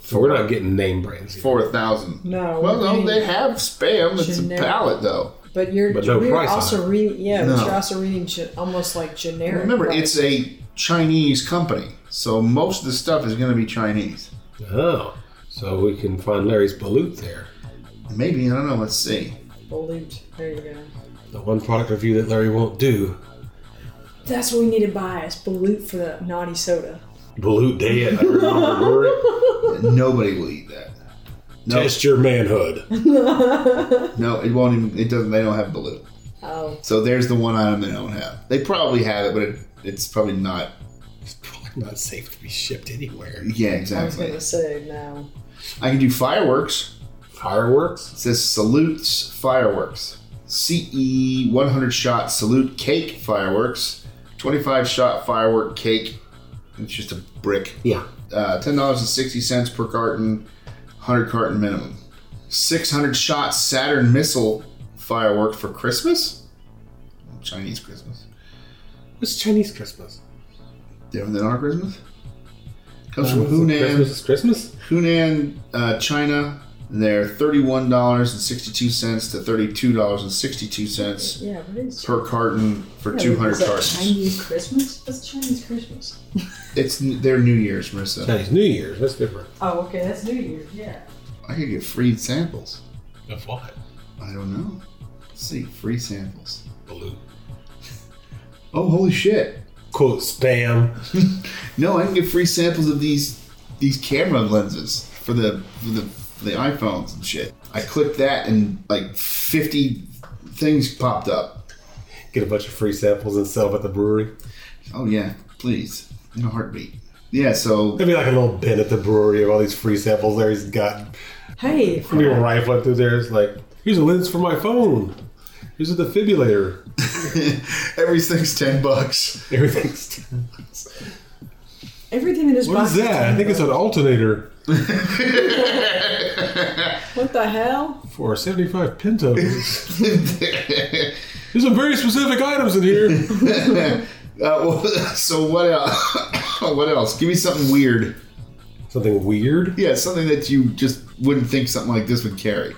[SPEAKER 3] So we're not getting name brands. here.
[SPEAKER 4] four thousand.
[SPEAKER 2] No,
[SPEAKER 4] Well,
[SPEAKER 2] we're
[SPEAKER 4] no,
[SPEAKER 2] getting-
[SPEAKER 4] they have spam. It's
[SPEAKER 2] Generic.
[SPEAKER 4] a pallet, though.
[SPEAKER 2] But you're
[SPEAKER 3] But no
[SPEAKER 2] we're
[SPEAKER 3] price on
[SPEAKER 2] also reading yeah, but
[SPEAKER 4] No.
[SPEAKER 2] you're also reading ge- almost like generic.
[SPEAKER 4] Remember,
[SPEAKER 2] price.
[SPEAKER 4] it's a Chinese company, so most of the stuff is going to be Chinese.
[SPEAKER 3] Oh, so we can find Larry's balut there.
[SPEAKER 4] Maybe I don't know. Let's
[SPEAKER 2] (laughs)
[SPEAKER 4] see.
[SPEAKER 2] Balut. There you go.
[SPEAKER 3] The one product review that Larry won't do.
[SPEAKER 2] That's what we need to buy is balut for the naughty soda. (laughs)
[SPEAKER 3] Balut day. I remember it.
[SPEAKER 4] Nobody will eat that. No,
[SPEAKER 3] Test your manhood.
[SPEAKER 4] no, it won't even. It doesn't. They don't have blue.
[SPEAKER 2] Oh,
[SPEAKER 4] So there's the one item they don't have. They probably have it, but it, it's probably not.
[SPEAKER 3] It's probably not safe to be shipped anywhere.
[SPEAKER 4] Yeah,
[SPEAKER 2] I was
[SPEAKER 4] exactly.
[SPEAKER 2] gonna say no.
[SPEAKER 4] I can do fireworks.
[SPEAKER 3] Fireworks.
[SPEAKER 4] It says salutes fireworks. CE 100 shot salute cake fireworks. 25 shot firework cake. It's just a brick.
[SPEAKER 3] Yeah.
[SPEAKER 4] Uh, $10.60 per carton, 100 carton minimum. 600 shot Saturn missile firework for Christmas? Chinese Christmas.
[SPEAKER 3] What's Chinese Christmas?
[SPEAKER 4] Different than our Christmas? Comes from
[SPEAKER 3] Uh, Christmas
[SPEAKER 4] Hunan,
[SPEAKER 3] is Christmas.
[SPEAKER 4] Hunan, uh, China. They're thirty-one dollars and sixty-two cents to thirty-two dollars and sixty-two cents
[SPEAKER 2] Yeah, what is
[SPEAKER 4] per carton for
[SPEAKER 2] yeah,
[SPEAKER 4] two hundred
[SPEAKER 2] is that
[SPEAKER 4] cartons.
[SPEAKER 2] Chinese Christmas? That's Chinese Christmas.
[SPEAKER 4] It's n- their New Year's, Marissa.
[SPEAKER 3] Chinese New Year's. That's different.
[SPEAKER 2] Oh, okay, that's New Year's. Yeah.
[SPEAKER 4] I could get free samples.
[SPEAKER 3] Of what?
[SPEAKER 4] I don't know. Let's see, free samples.
[SPEAKER 3] Balut.
[SPEAKER 4] Oh, holy shit!
[SPEAKER 3] Quote spam.
[SPEAKER 4] No, I can get free samples of these these camera lenses for the for the for the iPhones and shit. I clicked that and like fifty things popped up.
[SPEAKER 3] Get a bunch of free samples and sell them at the brewery.
[SPEAKER 4] Oh yeah, please. In a heartbeat. Yeah, so
[SPEAKER 3] There'd be like a little bin at the brewery of all these free samples Larry's got.
[SPEAKER 2] Hey,
[SPEAKER 3] We were rifling through there. It's like, here's a lens for my phone. Here's a defibrillator.
[SPEAKER 4] (laughs)
[SPEAKER 3] (laughs)
[SPEAKER 4] everything's ten bucks. (laughs)
[SPEAKER 3] Everything's.
[SPEAKER 2] everything in this
[SPEAKER 3] What
[SPEAKER 2] box.
[SPEAKER 3] is that? I think it's an alternator
[SPEAKER 2] What the hell?
[SPEAKER 3] for a 75 Pinto. (laughs) There's some very specific items in here.
[SPEAKER 4] Uh, well, (laughs) so what else? (coughs) what else? Give me something weird.
[SPEAKER 3] Something weird.
[SPEAKER 4] Yeah, something that you just wouldn't think something like this would carry.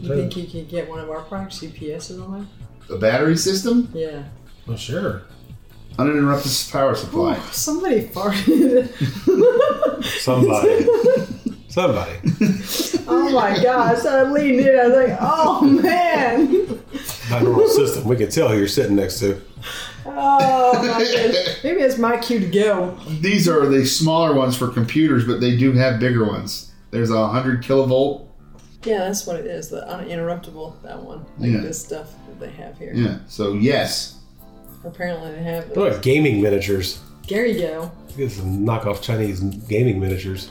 [SPEAKER 2] You think you can get one of our products, CPSs on
[SPEAKER 4] A battery system,
[SPEAKER 2] there? Yeah.
[SPEAKER 3] Well, sure.
[SPEAKER 4] uninterrupted power supply.
[SPEAKER 2] Oh, somebody farted. (laughs)
[SPEAKER 6] (laughs)
[SPEAKER 3] Somebody. Somebody.
[SPEAKER 2] oh my god! So I leaned in. I was like, "Oh man!"
[SPEAKER 3] Binaural system. We can tell who you're sitting next to.
[SPEAKER 2] Oh my goodness. Maybe it's my cue to go.
[SPEAKER 4] These are the smaller ones for computers, but they do have bigger ones. There's a hundred kilovolt.
[SPEAKER 2] Yeah, that's what it is. The uninterruptible. That one. Like
[SPEAKER 4] Yeah.
[SPEAKER 2] this stuff that they have here.
[SPEAKER 4] Yeah. So yes,
[SPEAKER 2] Apparently they have.
[SPEAKER 3] What about gaming miniatures?
[SPEAKER 2] There you go.
[SPEAKER 3] This is knockoff Chinese gaming miniatures.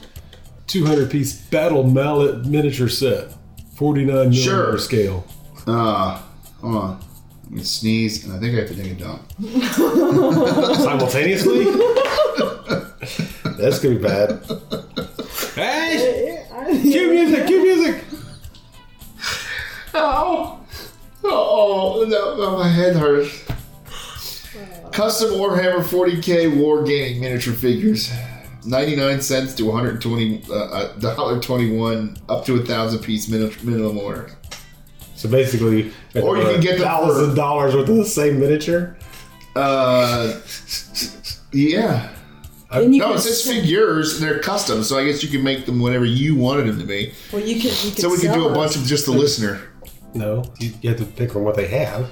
[SPEAKER 3] 200 piece battle mallet miniature set. 49 millimeter
[SPEAKER 4] Sure.
[SPEAKER 3] scale.
[SPEAKER 4] uh, hold on. I'm gonna sneeze, and I think I have to take a dump.
[SPEAKER 6] (laughs)
[SPEAKER 3] Simultaneously? That's gonna be bad. Hey! Cue music! Cue music!
[SPEAKER 4] Ow! Oh, no, no, my head hurts.
[SPEAKER 2] Oh.
[SPEAKER 4] Custom Warhammer 40k war gaming miniature figures. 99 cents to 120 uh, uh, dollar 21 up to a thousand piece min- minimum order
[SPEAKER 3] So basically,
[SPEAKER 6] Or you can get the-
[SPEAKER 3] thousands of dollars worth of the same miniature.
[SPEAKER 6] Uh, yeah.
[SPEAKER 2] Then you
[SPEAKER 6] No,
[SPEAKER 2] can
[SPEAKER 6] it's just
[SPEAKER 2] sell-
[SPEAKER 6] figures. They're custom, so I guess you can make them whatever you wanted them to be.
[SPEAKER 2] well, you can, you can
[SPEAKER 6] So we can
[SPEAKER 2] sell
[SPEAKER 6] do a
[SPEAKER 2] them.
[SPEAKER 6] bunch of just the listener.
[SPEAKER 3] No, you, you have to pick from what they have.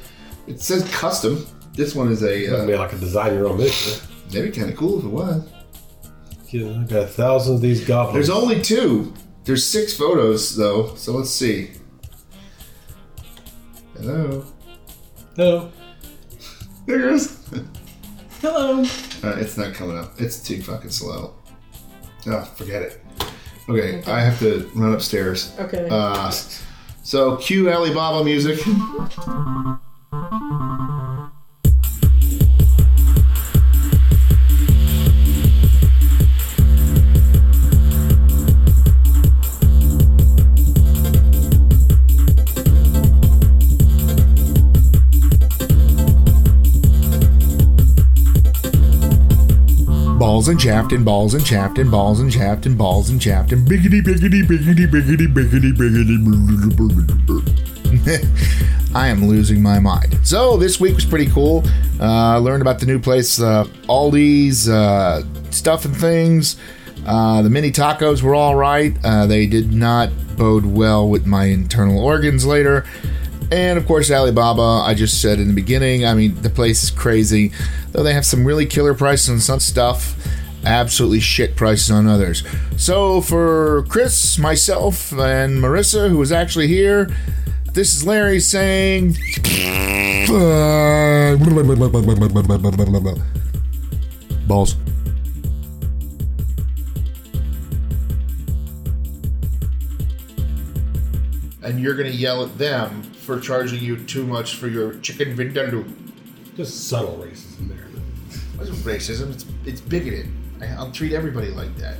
[SPEAKER 6] It says custom. This one is
[SPEAKER 3] It's
[SPEAKER 6] a
[SPEAKER 3] gonna
[SPEAKER 6] uh,
[SPEAKER 3] be like a design your own miniature.
[SPEAKER 6] that'd be kind of cool if it was.
[SPEAKER 3] Yeah, I got thousands of these goblins.
[SPEAKER 6] There's only two. There's six photos though, so let's see. Hello.
[SPEAKER 3] no.
[SPEAKER 6] There it is.
[SPEAKER 2] Hello.
[SPEAKER 6] Uh, it's not coming up. It's too fucking slow. Oh, forget it. Okay, I have to run upstairs.
[SPEAKER 2] Okay.
[SPEAKER 6] Uh, so cue Alibaba music.
[SPEAKER 4] Balls and chapped and balls and chapped and balls and chapped and balls and chapped and biggity biggity biggity biggity biggity biggity. (laughs) I am losing my mind. So this week was pretty cool. Uh, I learned about the new place, uh, Aldi's uh, stuff and things. Uh, the mini tacos were all right. Uh, they did not bode well with my internal organs later. And of course, Alibaba, I just said in the beginning, I mean, the place is crazy. Though they have some really killer prices on some stuff, absolutely shit prices on others. So for Chris, myself, and Marissa, who is actually here, this is Larry saying. uh, Balls.
[SPEAKER 6] and you're gonna yell at them for charging you too much for your chicken vindaloo.
[SPEAKER 3] Just subtle racism there.
[SPEAKER 6] That's racism. It's it's bigoted. I, I'll treat everybody like that.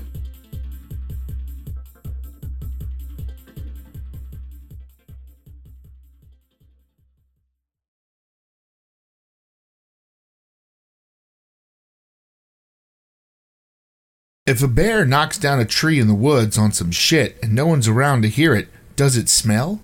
[SPEAKER 4] If a bear knocks down a tree in the woods on some shit and no one's around to hear it, does it smell?